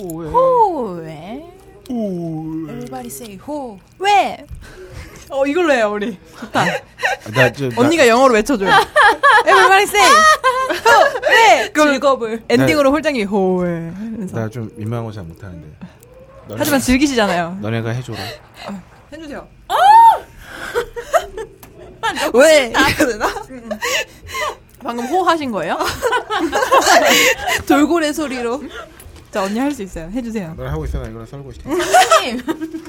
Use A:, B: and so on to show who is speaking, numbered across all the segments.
A: 오해.
B: 어.
C: 호왜
A: 오해.
C: everybody say 호 왜? 어 이걸로 해요 우리. 좋다.
A: 나, 저, 나,
B: 언니가 영어로 외쳐줘요. Everybody say. 네.
C: 즐거울.
B: 엔딩으로 홀장이 호에.
A: 나 좀 민망하고 잘 못하는데. 너네-
B: 하지만 즐기시잖아요.
A: 너네가 해줘라.
B: 해주세요. 아, 왜? 음. 방금 호 하신 거예요?
C: 돌고래 소리로.
B: 자 언니 할 수 있어요. 해주세요.
A: 너네 하고 있어 나 이거랑 설거 시켜.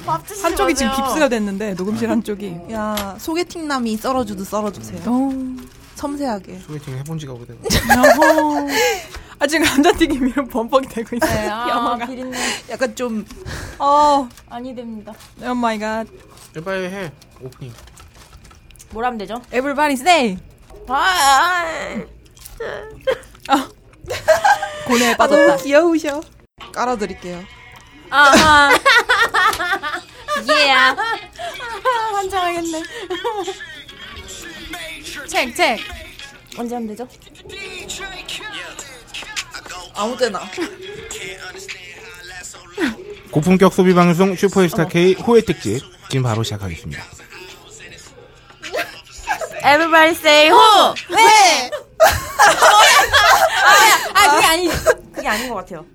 D: 밥 드시지
B: 한쪽이 지금
D: 마세요.
B: 깁스가 됐는데 녹음실 한쪽이.
C: 야 소개팅 남이 썰어주듯 썰어주세요.
B: 어.
C: 섬세하게.
A: 소개팅 해본 지가 오래된
B: 야호. 아 지금 감자튀김이랑 범벅이 되고
D: 네,
B: 있어요.
D: 아, 비린내
C: 약간 좀
B: 어.
D: 아니 됩니다.
B: Oh my god.
A: 거. 빨리 해. 오프닝.
D: 뭘 하면 되죠?
B: Everybody say.
D: 아, 아,
B: 어. 고뇌에 빠졌다.
C: 귀여우셔. 깔아드릴게요.
D: 아, 아. yeah.
C: 환장하겠네. 책, 책.
D: 언제 하면 되죠?
C: 아무 때나.
A: 고품격 소비 방송 슈퍼스타 K 호의 특집 지금 바로 시작하겠습니다.
D: Everybody say 호!
C: 네!
D: 아, 그게 아니, 그게 아닌 것 같아요.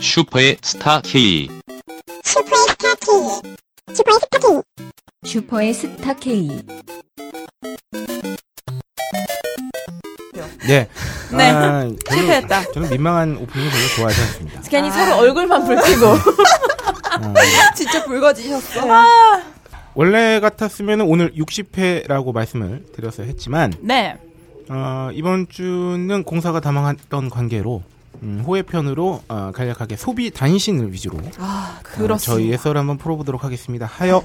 E: 슈퍼의 스타 K.
F: 슈퍼의 스타 K.
A: 네.
B: 네.
A: 아, 저는-
B: 실패했다.
A: 저는 민망한 오프닝을 별로 좋아하지 않습니다.
D: 괜히 서로 얼굴만 붉히고.
C: 진짜 붉어지셨어.
A: 원래 같았으면 오늘 60회라고 말씀을 드렸어야 했지만
B: 네.
A: 어, 이번 주는 공사가 다망했던 관계로 음, 호의 편으로 어, 간략하게 소비 단신을 위주로
B: 아
A: 어,
B: 그렇습니다. 네.
A: 저희 예서를 한번 풀어보도록 하겠습니다. 하여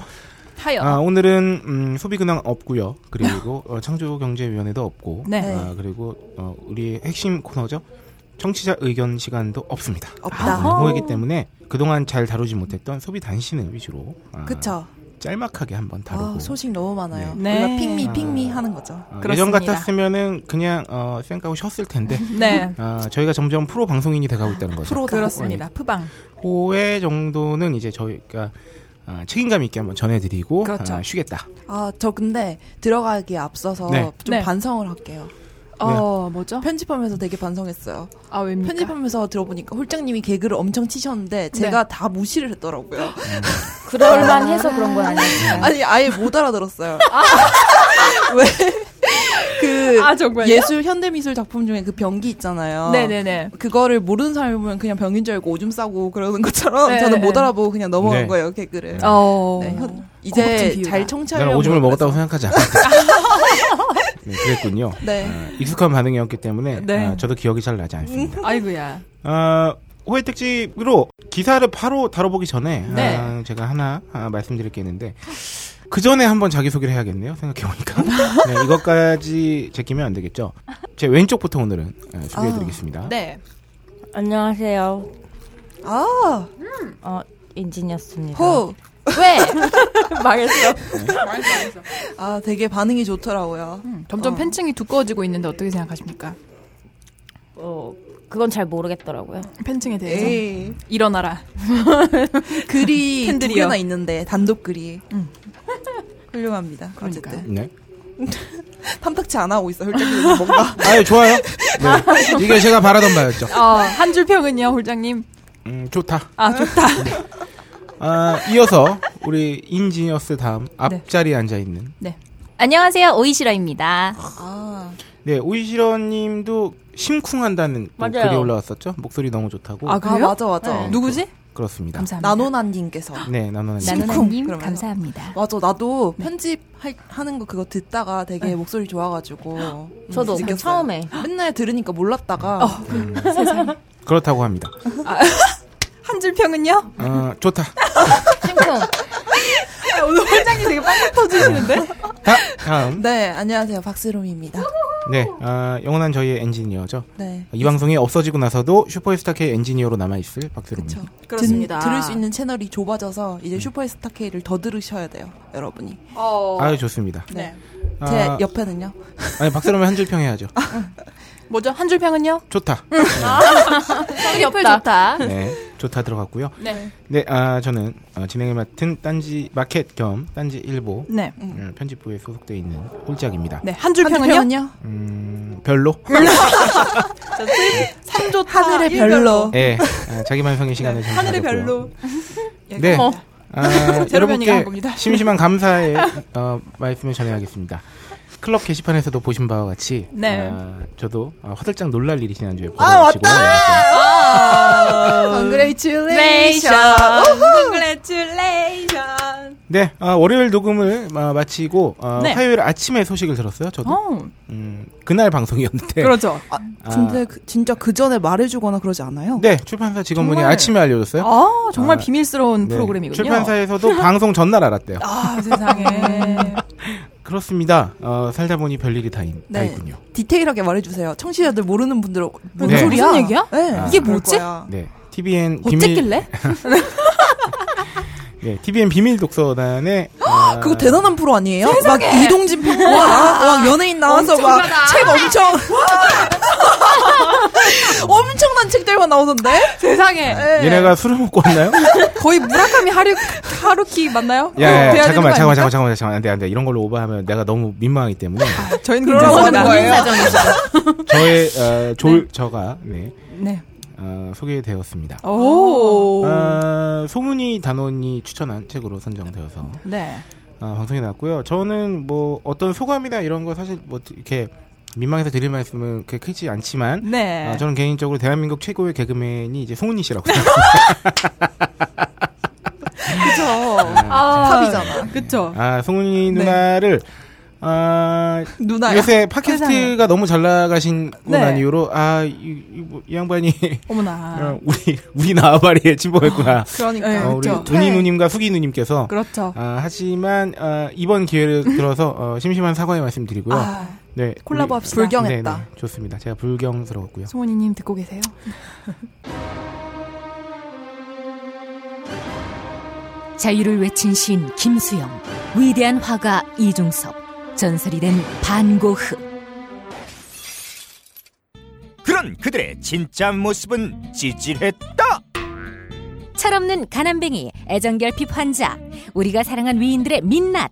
B: 하여.
A: 아, 오늘은 음, 소비 근황 없고요. 그리고 어, 창조경제위원회도 없고
B: 네.
A: 아, 그리고 어, 우리 핵심 코너죠. 청취자 의견 시간도 없습니다.
C: 없다.
A: 아, 호이기 때문에 그동안 잘 다루지 못했던 소비 단신을 위주로 아,
C: 그쵸.
A: 짤막하게 한번 다루고
C: 아, 소식 너무 많아요.
B: 네.
C: 우리가
B: 네.
C: 핑미,
A: 아.
C: 핑미 하는 거죠.
A: 아, 예전
B: 그렇습니다.
A: 같았으면은 그냥 어, 쌩까고 쉬었을 텐데
B: 네.
A: 아, 저희가 점점 프로 방송인이 돼가고 있다는 거죠.
B: 프로 그렇습니다. 푸방.
A: 호의 그 정도는 이제 저희가 아, 책임감 있게 한번 전해드리고
B: 그렇죠.
A: 아, 쉬겠다.
C: 아, 저 근데 들어가기에 앞서서
A: 네.
C: 좀
B: 네.
C: 반성을 할게요.
B: 어 뭐죠?
C: 편집하면서 되게 반성했어요.
B: 아 왜입니까?
C: 편집하면서 들어보니까 홀장님이 개그를 엄청 치셨는데 제가 다 무시를 했더라고요.
B: 아.
D: 그럴만 해서 그런 건
A: 네.
D: 아니에요.
C: 아니 아예 못 알아들었어요. 왜? 그
B: 아, 정말요?
C: 예술 현대 미술 작품 중에 그 변기 있잖아요.
B: 네네네.
C: 그거를 모르는 사람이 보면 그냥 병인 줄 알고 오줌 싸고 그러는 것처럼
B: 네,
C: 저는
B: 네.
C: 못 알아보고 그냥 넘어간
A: 네.
C: 거예요 개그를.
B: 어.
C: 네, 현-
B: 고급진
C: 이제
B: 비유다.
C: 잘
A: 나는
C: 청취하려고.
A: 오줌을
C: 그랬어요.
A: 먹었다고 생각하지 않았다. 네, 그랬군요.
C: 네.
A: 아, 익숙한 반응이었기 때문에
B: 네.
A: 아, 저도 기억이 잘 나지 않습니다.
B: 아이고야.
A: 아, 호의 특집으로 기사를 바로 다뤄보기 전에
B: 네.
A: 아, 제가 하나 아, 말씀드릴 게 있는데 그 전에 한번 자기소개를 해야겠네요. 생각해보니까 네, 이것까지 제끼면 안 되겠죠. 제 왼쪽부터 오늘은 아, 소개해드리겠습니다.
B: 네.
D: 안녕하세요.
C: 아,
D: 어, 엔지니어스입니다.
C: 호.
D: 왜? 망했어.
C: 아, 되게 반응이 좋더라고요.
B: 음, 점점 팬층이 두꺼워지고 있는데 어떻게 생각하십니까?
D: 어, 그건 잘 모르겠더라고요.
B: 팬층에 대해서
C: 에이.
B: 네. 일어나라.
C: 네. 글이 두
B: 팬들이요. 음.
C: 개나 있는데 단독 글이. 훌륭합니다.
B: 그러니까요.
C: 어쨌든
A: 네.
C: 탐탁치 안 하고 있어. 홀장님 뭔가
A: 아유, 좋아요. 네. 이게 제가 바라던 바였죠.
B: 어, 한 줄 평은요, 홀장님.
A: 음, 좋다.
B: 아 좋다.
A: 아, 이어서 우리 인지니어스 다음 앞자리에 앉아있는
F: 안녕하세요, 오이시라입니다.
C: 아,
A: 네, 오이시러님도 심쿵한다는 또
D: 맞아요.
A: 글이 올라왔었죠. 목소리 너무 좋다고.
B: 아
C: 아
B: 그래요?
C: 맞아 맞아.
A: 네.
B: 누구지?
A: 그렇습니다.
B: 감사합니다.
C: 나노나님께서
A: 네, 나노나님.
C: 심쿵,
F: 나누나님
C: 그러면서.
F: 감사합니다.
C: 맞아 나도 편집 할- 하는 거 그거 듣다가 되게 목소리 좋아가지고
D: 저도
C: 느꼈어요.
D: 처음에.
C: 맨날 들으니까 몰랐다가 음.
A: 그렇다고 합니다.
B: 한 줄 평은요?
A: 어, 좋다.
D: 심쿵.
B: 오늘 홀장님 되게 빵 터지시는데?
A: 다, 다음.
C: 네 안녕하세요 박스롬입니다
A: 네, 아, 영원한 저희의 엔지니어죠.
C: 네.
A: 이 방송이 없어지고 나서도 슈퍼스타 K 엔지니어로 남아있을 박세롬입니다.
C: 그렇죠.
B: 그렇습니다.
C: 들을 수 있는 채널이 좁아져서 이제 슈퍼스타 K를 더 들으셔야 돼요, 여러분이.
B: 어.
A: 아유 좋습니다.
B: 네.
C: 제
A: 아,
C: 옆에는요.
A: 아니 박세롬이 한 줄 평해야죠.
B: 아. 뭐죠? 한 줄 평은요?
A: 좋다.
B: 음. 아. 성이 없다.
F: 좋다.
A: 네, 좋다 들어갔고요.
B: 네.
A: 네, 아, 저는 어, 진행을 맡은 딴지 마켓 겸 딴지 일보
B: 네.
A: 어, 편집부에 소속돼 있는 홀짝입니다.
B: 네. 한 줄
C: 한줄
B: 평은요?
C: 평은요?
A: 음, 별로.
B: 삼조
C: 하늘의 별로.
A: 네, 아, 자기만성의 시간을 잠시
B: 네, 하늘의
A: 가졌고요.
B: 별로.
A: 네.
B: 어.
A: 아,
B: 제로변이가 한
A: 여러분께
B: 겁니다. 네.
A: 심심한 감사의 어, 말씀을 전해야겠습니다. 클럽 게시판에서도 보신 바와 같이
B: 네.
A: 아, 저도 아, 화들짝 놀랄 일이 지난주에
B: 아,
A: 벌어지고 나왔어요.
C: 아, 네.
B: Congratulations. Congratulations.
A: 네, 아, 월요일 녹음을 아, 마치고 아,
B: 네.
A: 화요일 아침에 소식을 들었어요. 저도
B: 어.
A: 음, 그날 방송이었는데
B: 그렇죠.
A: 아,
C: 근데 그- 진짜 그 전에 말해주거나 그러지 않아요?
A: 네 출판사 직원분이
B: 정말.
A: 아침에 알려줬어요.
B: 아, 정말
A: 아,
B: 비밀스러운
A: 네,
B: 프로그램이군요.
A: 출판사에서도 방송 전날 알았대요.
B: 아, 세상에.
A: 그렇습니다. 어, 살다 보니 별일이 다, 있, 다
C: 네.
A: 있군요.
C: 디테일하게 말해주세요. 청취자들 모르는 분들은 뭔
A: 네.
C: 소리야?
B: 무슨 얘기야?
C: 네.
A: 아.
B: 이게
C: 그럴
B: 뭐지?
C: 거야.
A: 네, TBN 비밀
B: 어쨌길래?
A: 네, TBN 비밀 독서단에 아,
C: 그거 대단한 프로 아니에요? 막 이동진 평론가 막 연예인 나와서 막 책 엄청 엄청난 책들만 나오던데
B: 아. 세상에. 네.
A: 얘네가 술을 먹고 왔나요?
B: 거의 무라카미 하루, 하루키 맞나요? 어,
A: 야, 야,
B: 돼야 되는 거
A: 야 예, 잠깐만,
B: 아닙니까?
A: 잠깐만, 잠깐만, 잠깐만, 안돼, 안돼. 이런 걸로 오버하면 내가 너무 민망하기 때문에
B: 저희는
C: 그러라고
B: 괜찮습니다.
C: 하는 거예요?
A: 저의 어, 졸 저가 네,
B: 네.
A: 어, 소개되었습니다.
B: 오.
A: 아, 소문이 단원이 추천한 책으로 선정되어서
B: 네.
A: 아, 방송에 나왔고요. 저는 뭐 어떤 소감이나 이런 거 사실 뭐 이렇게 민망해서 드릴 말씀은 그렇게 크지 않지만
B: 네.
A: 아, 저는 개인적으로 대한민국 최고의 개그맨이 이제 송은이 씨라고 생각합니다.
B: 그쵸.
D: 아,
C: 탑이잖아.
B: 그쵸.
A: 아, 송은이 누나를 아,
B: 누나.
A: 요새 팟캐스트가
B: 세상에.
A: 너무 잘 나가신 고
B: 네.
A: 난 이후로 아, 이, 이, 뭐, 이 양반이
B: 어머나.
A: 어, 우리 우리 나와바리에 진보했구나.
C: 그러니까.
B: 네.
A: 어, 우리
B: 그렇죠.
A: 은희 누님과 수기 누님께서
B: 그렇죠.
A: 아, 하지만 아, 이번 기회를 들어서 어, 심심한 사과의 말씀드리고요.
B: 아,
A: 네,
B: 콜라보
A: 우리-
B: 합시다.
C: 불경-
A: 네,
C: 했다.
A: 네, 좋습니다. 제가 불경스러웠고요.
B: 송원이님 듣고 계세요?
F: 자유를 외친 시인 김수영, 위대한 화가 이중섭, 전설이 된 반고흐.
E: 그런 그들의 진짜 모습은 찌질했다.
F: 철없는 가난뱅이, 애정결핍 환자, 우리가 사랑한 위인들의 민낯.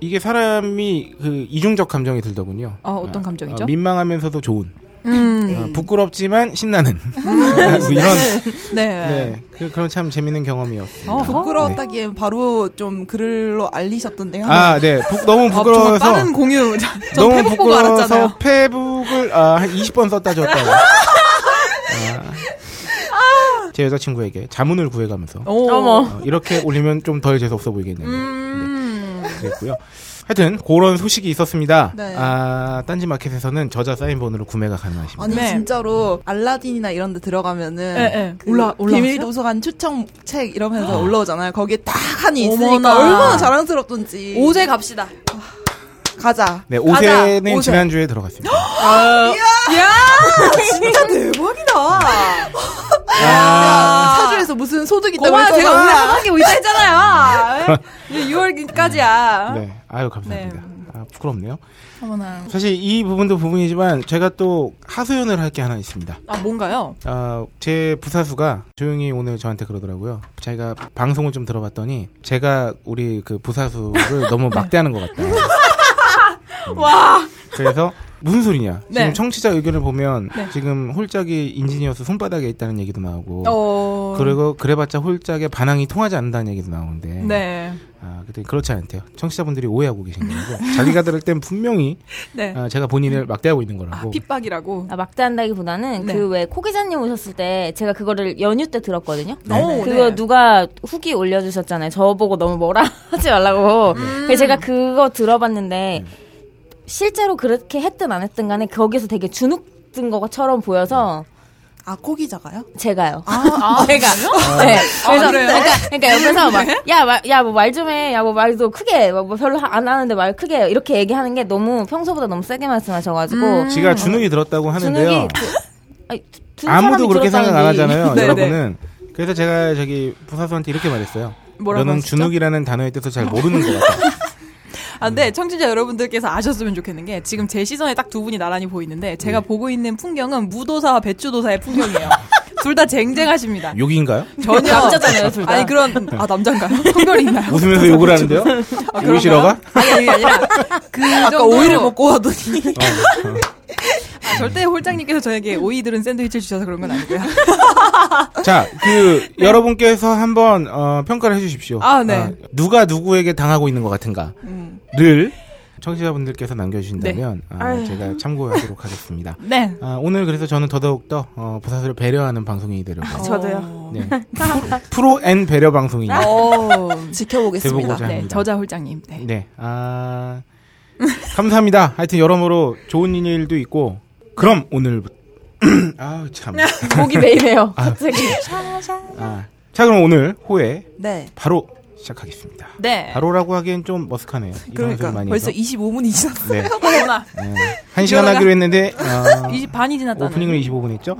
A: 이게 사람이 그 이중적 감정이 들더군요.
B: 어, 어떤 감정이죠?
A: 아, 민망하면서도 좋은,
B: 음.
A: 아, 부끄럽지만 신나는 뭐 이런
B: 네.
A: 네, 그, 그런 참 재밌는 경험이었습니다.
B: 어허.
C: 부끄러웠다기엔 바로 좀 글로 알리셨던데요.
A: 아, 네, 부- 너무
B: 아, 정말
A: 부끄러워서
B: 빠른 공유. 전
A: 너무
B: 페북 보고 알았잖아요.
A: 부끄러워서 페북을 아, 한 20번 썼다 줬다고. 아, 제 여자친구에게 자문을 구해가면서
B: 오.
D: 어머.
A: 어, 이렇게 올리면 좀 덜 재수 없어 보이겠네요.
B: 음.
A: 네, 그랬고요. 하여튼 그런 소식이 있었습니다.
C: 네.
A: 아, 딴지마켓에서는 저자 사인본으로 구매가 가능하십니다.
C: 아니
B: 네.
C: 진짜로 알라딘이나 이런 데 들어가면은
B: 예, 예.
C: 그
B: 올라- 올라왔어요?
C: 비밀 도서관 추천 책 이러면서 올라오잖아요. 거기에 딱 한이 있으니까
B: 어머나.
C: 얼마나 자랑스럽던지.
B: 오제 갑시다.
C: 가자.
A: 네,
B: 가자,
A: 5세는
B: 오세.
A: 지난주에 들어갔습니다.
C: 진짜
B: 어,
C: 대박이다.
A: 아,
C: 사주에서 무슨 소득이 있다고
B: 고마워. 제가
C: 했잖아.
B: 오늘 한게 오자 했잖아요. 네. 이제 6월까지야.
A: 네. 아유, 감사합니다. 아, 부끄럽네요.
B: 어머나.
A: 사실 이 부분도 부분이지만 제가 또 하소연을 할 게 하나 있습니다.
B: 아, 뭔가요?
A: 아, 제 부사수가 조용히 오늘 저한테 그러더라고요. 자기가 방송을 좀 들어봤더니 제가 우리 그 부사수를 너무 막대하는 것 같다. 와. 그래서 무슨 소리냐?
B: 네.
A: 지금 청취자 의견을 보면
B: 네.
A: 지금 홀짝이 인지니어스 손바닥에 있다는 얘기도 나오고
B: 어.
A: 뭐. 그리고 그래봤자 홀짝의 반항이 통하지 않는다는 얘기도 나오는데
B: 네.
A: 아, 근데 그렇지 않대요. 청취자분들이 오해하고 계신 거고 자기가 들을 땐 분명히
B: 네.
A: 아, 제가 본인을 막대하고 있는 거라고.
B: 아, 핍박이라고.
D: 아, 막대한다기보다는
B: 네.
D: 그 왜 코기자님 오셨을 때 제가 그거를 연휴 때 들었거든요.
B: 오,
D: 그거
B: 네.
D: 누가 후기 올려주셨잖아요. 저보고 너무 뭐라 하지 말라고. 그래서 제가 그거 들어봤는데 실제로 그렇게 했든 안 했든 간에 거기서 되게 주눅든 것처럼 보여서
C: 아코 기자가요?
D: 제가요.
B: 아,
D: 제가 네. 그래서
B: 그래요?
D: 그러니까, 그러니까 옆에서
B: 네?
D: 막야야뭐 말 좀 해 야 뭐 말도 크게 뭐 별로 하- 안 하는데 말 크게 해. 이렇게 얘기하는 게 너무 평소보다 너무 세게 말씀하셔가지고
B: 음.
A: 지가 준욱이 들었다고 하는데요.
D: 주눅이 드- 아니, 드- 드는
A: 아무도
D: 사람이
A: 그렇게 생각 안
D: 들었다는 게
A: 하잖아요.
B: 네,
A: 여러분은. 그래서 제가 저기 부사수한테 이렇게 말했어요.
B: 뭐라고
A: 너는
B: 하시죠?
A: 준욱이라는 단어에 대해서 잘 모르는 것 같아.
B: 아, 근데 청취자 여러분들께서 아셨으면 좋겠는 게 지금 제 시선에 딱 두 분이 나란히 보이는데
A: 네.
B: 제가 보고 있는 풍경은 무도사와 배추도사의 풍경이에요. 둘 다 쟁쟁하십니다.
A: 욕인가요? 네.
B: 전혀
D: 남자잖아요, 둘 다.
B: 아니 그런 아 남잔가요? 성별이 있나요?
A: 웃으면서 욕을 하는데요?
B: 아,
A: 욕이 싫어가?
B: 그런가요? 아니 그게 아니라 그
C: 아까
B: 정도로
C: 오이를 먹고 와더니
A: 어,
B: 아, 절대 홀장님께서 저에게 오이 들은 샌드위치를 주셔서 그런 건 아니고요.
A: 자, 그 여러분께서 한번 어, 평가를 해주십시오.
B: 아, 네.
A: 어, 누가 누구에게 당하고 있는 것 같은가를
B: 음.
A: 청취자분들께서 남겨주신다면 어, 제가 참고하도록 하겠습니다.
B: 네.
A: 아, 오늘 그래서 저는 더더욱 더 어, 부사수를 배려하는 방송이
B: 어.
A: 되려고
B: 저도요.
A: 네. 프로 앤 배려 방송이
B: 어. 오.
C: 지켜보겠습니다.
A: 대보고자.
B: 네,
A: 감사합니다.
B: 저자 홀장님. 네.
A: 네. 아 감사합니다. 하여튼 여러모로 좋은 일도 있고 그럼 오늘부터 아 참.
D: 목이 메이네요 갑자기
A: 아. 자 그럼 오늘 호에
C: 네.
A: 바로 시작하겠습니다.
B: 네.
A: 바로라고 하기엔 좀 머쓱하네요. 이
C: 그러니까
A: 방송 많이
C: 벌써
A: 해서.
C: 25분이 지났어.
A: 네.
B: 코로나.
A: 한 시간
B: 이러다가-
A: 하기로 했는데 아,
B: 20 반이 지났다.
A: 오프닝을 25분 했죠.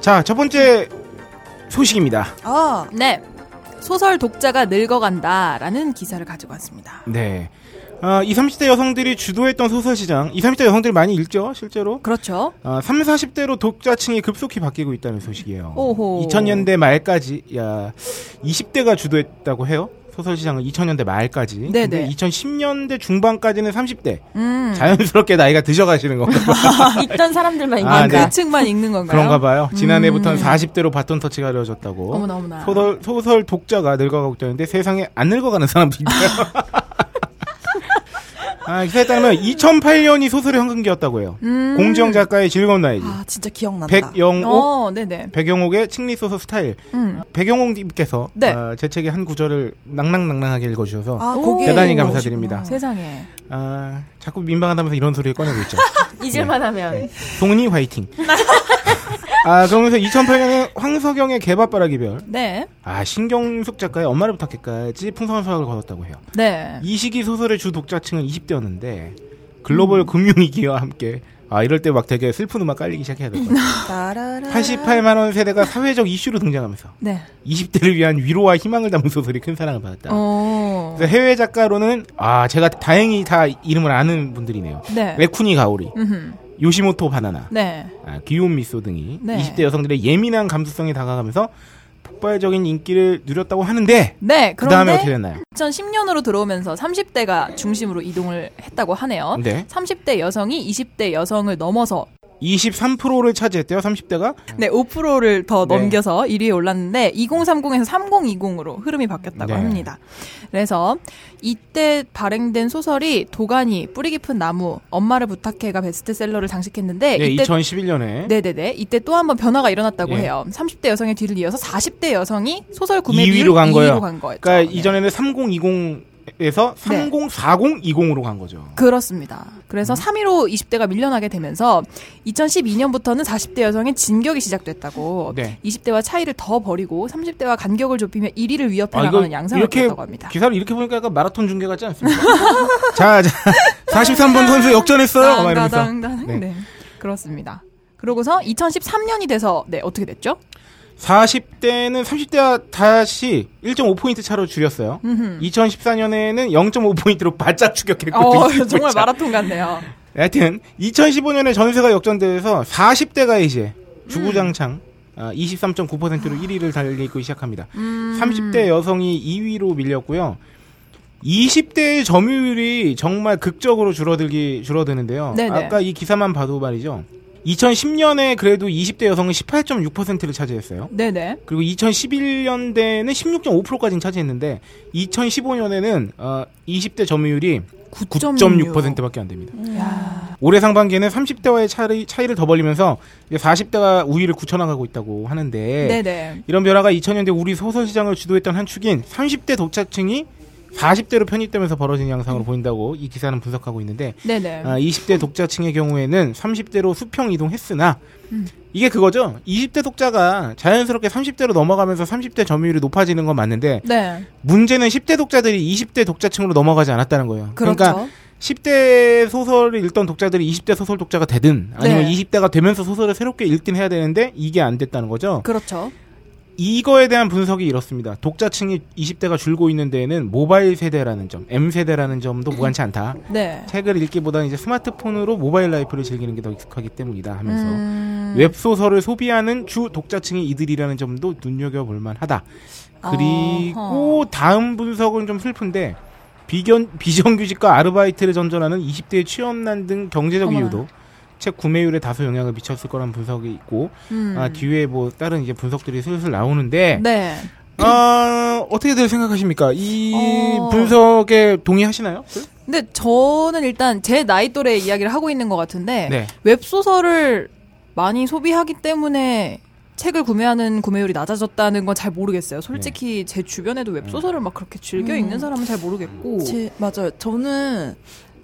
A: 자, 첫 번째 소식입니다.
C: 아,
B: 네. 소설 독자가 늙어간다라는 기사를 가지고 왔습니다.
A: 네. 아, 20, 30대 여성들이 주도했던 소설 시장. 20, 30대 여성들이 많이 읽죠, 실제로.
B: 그렇죠.
A: 아, 30, 40대로 독자층이 급속히 바뀌고 있다는 소식이에요.
B: 오호.
A: 2000년대 말까지 야 20대가 주도했다고 해요. 소설 시장은 2000년대 말까지.
B: 네네.
A: 근데 2010년대 중반까지는 30대.
B: 음.
A: 자연스럽게 나이가 드셔 가시는 건가 봐요.
D: 있던 사람들만 있는
A: 아,
B: 아,
A: 네.
B: 그 층만 읽는 건가요?
A: 그런가 봐요. 지난해부터는 40대로 바톤 터치가 이루어졌다고.
B: 음. 어머나, 어머나.
A: 소설 소설 독자가 늙어가고 있다는데 세상에 안 늙어가는 사람도 있어요. 아, 기사에 따르면 2008년이 소설의 황금기였다고 해요.
B: 음.
A: 공지영 작가의 즐거운 나이지.
C: 아 진짜 기억난다.
A: 백영옥
B: 어, 네네.
A: 백영옥의 칭리소설 스타일.
B: 음.
A: 백영옥님께서
B: 네.
A: 아, 제 책의 한 구절을 낭낭낭낭하게 읽어주셔서
C: 아,
B: 오,
C: 고개
A: 대단히 감사드립니다.
B: 세상에.
A: 아, 자꾸 민망하다면서 이런 소리를 꺼내고 있죠.
D: 잊을만
A: 네.
D: 하면
A: 동은이 화이팅. 아 그러면서 2008년에 황석영의 개밥바라기별,
B: 네.
A: 아 신경숙 작가의 엄마를 부탁해까지 풍성한 수확을 거뒀다고 해요.
B: 네.
A: 이 시기 소설의 주 독자층은 20대였는데 글로벌 금융위기와 함께 아 이럴 때 막 되게 슬픈 음악 깔리기 시작해야 될 것 같아요. 88만 원 세대가 사회적 이슈로 등장하면서
B: 네.
A: 20대를 위한 위로와 희망을 담은 소설이 큰 사랑을 받았다.
B: 어.
A: 그래서 해외 작가로는 아 제가 다행히 다 이름을 아는 분들이네요.
B: 네.
A: 레쿠니 가오리,
B: 음흠.
A: 요시모토 바나나,
B: 네.
A: 아, 귀여운 미소 등이
B: 네.
A: 20대 여성들의 예민한 감수성에 다가가면서 폭발적인 인기를 누렸다고 하는데
B: 네.
A: 그 다음에 어떻게
B: 그런데
A: 됐나요?
B: 2010년으로 들어오면서 30대가 중심으로 이동을 했다고 하네요.
A: 네.
B: 30대 여성이 20대 여성을 넘어서
A: 23%를 차지했대요. 30대가
B: 네, 5%를 더
A: 네.
B: 넘겨서 1위에 올랐는데 2030에서 3020으로 흐름이 바뀌었다고
A: 네.
B: 합니다. 그래서 이때 발행된 소설이 도가니, 뿌리 깊은 나무, 엄마를 부탁해가 베스트셀러를 장식했는데
A: 네,
B: 이때
A: 2011년에
B: 네네네. 이때 또 한 번 변화가 일어났다고
A: 예.
B: 해요. 30대 여성의 뒤를 이어서 40대 여성이 소설 구매
A: 2위로 간 거예요.
B: 였죠 네.
A: 그러니까 이전에는 3020에서 304020으로 간 거죠.
B: 그렇습니다. 그래서
A: 음.
B: 3위로 20대가 밀려나게 되면서 2012년부터는 40대 여성의 진격이 시작됐다고.
A: 네.
B: 20대와 차이를 더 벌이고 30대와 간격을 좁히며 1위를 위협해
A: 아, 이거
B: 나가는 양상을
A: 이렇게
B: 보였다고 합니다.
A: 기사를 이렇게 보니까 약간 마라톤 중계 같지 않습니까? 자, 자, 43번 선수 역전했어요. 막 이러면서.
B: 당당당당.
A: 네.
B: 네. 그렇습니다. 그러고서 2013년이 돼서 네 어떻게 됐죠?
A: 40대는 30대와 다시 1.5포인트 차로 줄였어요. 2014년에는 0.5포인트로 바짝 추격했고. 그
B: 어
A: 20 포인트
B: 정말
A: 차.
B: 마라톤 같네요.
A: 하여튼 2015년에 전세가 역전돼서 40대가 이제 주구장창 아, 23.9%로 1위를 달리고 시작합니다.
B: 음.
A: 30대 여성이 2위로 밀렸고요. 20대의 점유율이 정말 극적으로 줄어들기 줄어드는데요.
B: 네네.
A: 아까 이 기사만 봐도 말이죠. 2010년에 그래도 20대 여성은 18.6%를 차지했어요.
B: 네네.
A: 그리고 2011년대는 16.5%까지는 차지했는데 2015년에는 20대 점유율이 9.6%밖에 안 됩니다.
B: 야.
A: 올해 상반기에는 30대와의 차이, 차이를 더 벌리면서 이제 40대가 우위를 굳혀나가고 있다고 하는데
B: 네네.
A: 이런 변화가 2000년대 우리 소설 시장을 주도했던 한 축인 30대 독자층이 40대로 편입되면서 벌어진 양상으로 보인다고 이 기사는 분석하고 있는데
B: 음. 네네.
A: 아, 20대 독자층의 경우에는 30대로 수평 이동했으나
B: 음.
A: 이게 그거죠. 20대 독자가 자연스럽게 30대로 넘어가면서 30대 점유율이 높아지는 건 맞는데
B: 네.
A: 문제는 10대 독자들이 20대 독자층으로 넘어가지 않았다는 거예요.
C: 그렇죠.
A: 러니까 10대 소설을 읽던 독자들이 20대 소설 독자가 되든 아니면
B: 네.
A: 20대가 되면서 소설을 새롭게 읽긴 해야 되는데 이게 안 됐다는 거죠.
C: 그렇죠.
A: 이거에 대한 분석이 이렇습니다. 독자층이 20대가 줄고 있는 데에는 모바일 세대라는 점, M 세대라는 점도 무관치 않다.
B: 네.
A: 책을 읽기보다는 이제 스마트폰으로 모바일 라이프를 즐기는 게 더 익숙하기 때문이다 하면서
B: 음.
A: 웹소설을 소비하는 주 독자층이 이들이라는 점도 눈여겨볼 만하다. 그리고 다음 분석은 좀 슬픈데 비견, 비정규직과 아르바이트를 전전하는 20대의 취업난 등 경제적
B: 어머나.
A: 이유도 책 구매율에 다소 영향을 미쳤을 거란 분석이 있고
B: 음.
A: 아, 뒤에 뭐 다른 이제 분석들이 슬슬 나오는데
B: 네.
A: 아, 어떻게들 생각하십니까? 이
B: 어.
A: 분석에 동의하시나요?
B: 근데 저는 일단 제 나이 또래 이야기를 하고 있는 것 같은데
A: 네.
B: 웹소설을 많이 소비하기 때문에 책을 구매하는 구매율이 낮아졌다는 건 잘 모르겠어요. 솔직히
A: 네.
B: 제 주변에도
A: 음.
B: 웹소설을 막 그렇게 즐겨
C: 음.
B: 읽는 사람은 잘 모르겠고.
C: 제, 맞아요. 저는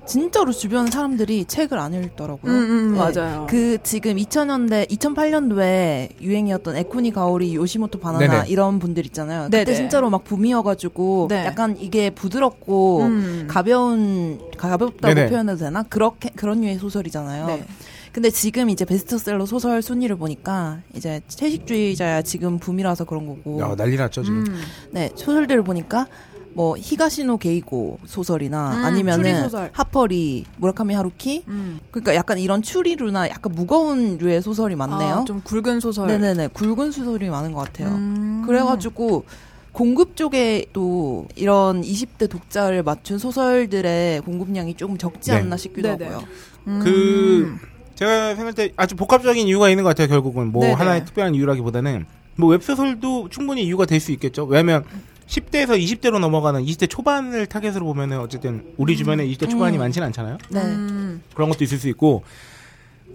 C: 진짜로 주변 사람들이 책을 안 읽더라고요.
B: 음, 음,
C: 네.
B: 맞아요.
C: 그 지금 2000년대 2008년도에 유행이었던 에쿠니 가오리 요시모토 바나나
A: 네네.
C: 이런 분들 있잖아요.
B: 네네.
C: 그때 진짜로 막 붐이어가지고
B: 네.
C: 약간 이게 부드럽고
B: 음.
C: 가벼운 가볍다고
A: 네네.
C: 표현해도 되나 그렇게 그런 유의 소설이잖아요.
B: 네.
C: 근데 지금 이제 베스트셀러 소설 순위를 보니까 이제 채식주의자야 지금 붐이라서 그런 거고
A: 야, 난리 났죠, 지금.
B: 음.
C: 네 소설들을 보니까 뭐 히가시노 게이고 소설이나
B: 음, 추리
C: 아니면은
B: 소설.
C: 하퍼리 무라카미 하루키
B: 음.
C: 그러니까 약간 이런 추리류나 약간 무거운 류의 소설이 많네요.
B: 아, 좀 굵은 소설.
C: 네네네 굵은 소설이 많은 것 같아요.
B: 음.
C: 그래가지고 공급 쪽에 또 이런 20대 독자를 맞춘 소설들의 공급량이 조금 적지
A: 네.
C: 않나 싶기도
B: 네네.
C: 하고요.
B: 음.
A: 그 제가 생각할 때 아주 복합적인 이유가 있는 것 같아요. 결국은 뭐
B: 네네.
A: 하나의 특별한 이유라기보다는 뭐 웹소설도 충분히 이유가 될 수 있겠죠. 왜냐하면 10대에서 20대로 넘어가는 20대 초반을 타겟으로 보면은 어쨌든 우리 주변에 20대 초반이
C: 음.
A: 많지는 않잖아요.
C: 네.
B: 음.
A: 그런 것도 있을 수 있고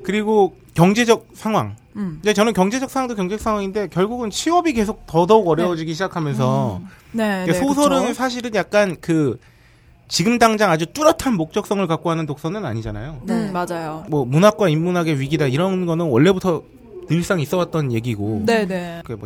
A: 그리고 경제적 상황.
B: 음.
A: 근데 저는 경제적 상황도 경제적 상황인데 결국은 취업이 계속 더더욱 어려워지기 시작하면서
B: 네,
A: 그러니까
B: 네,
A: 소설은
B: 그쵸.
A: 사실은 약간 그 지금 당장 아주 뚜렷한 목적성을 갖고 하는 독서는 아니잖아요.
B: 음, 맞아요.
A: 뭐 문학과 인문학의 위기다 이런 거는 원래부터 늘상 있어왔던 얘기고
B: 네, 네.
A: 그뭐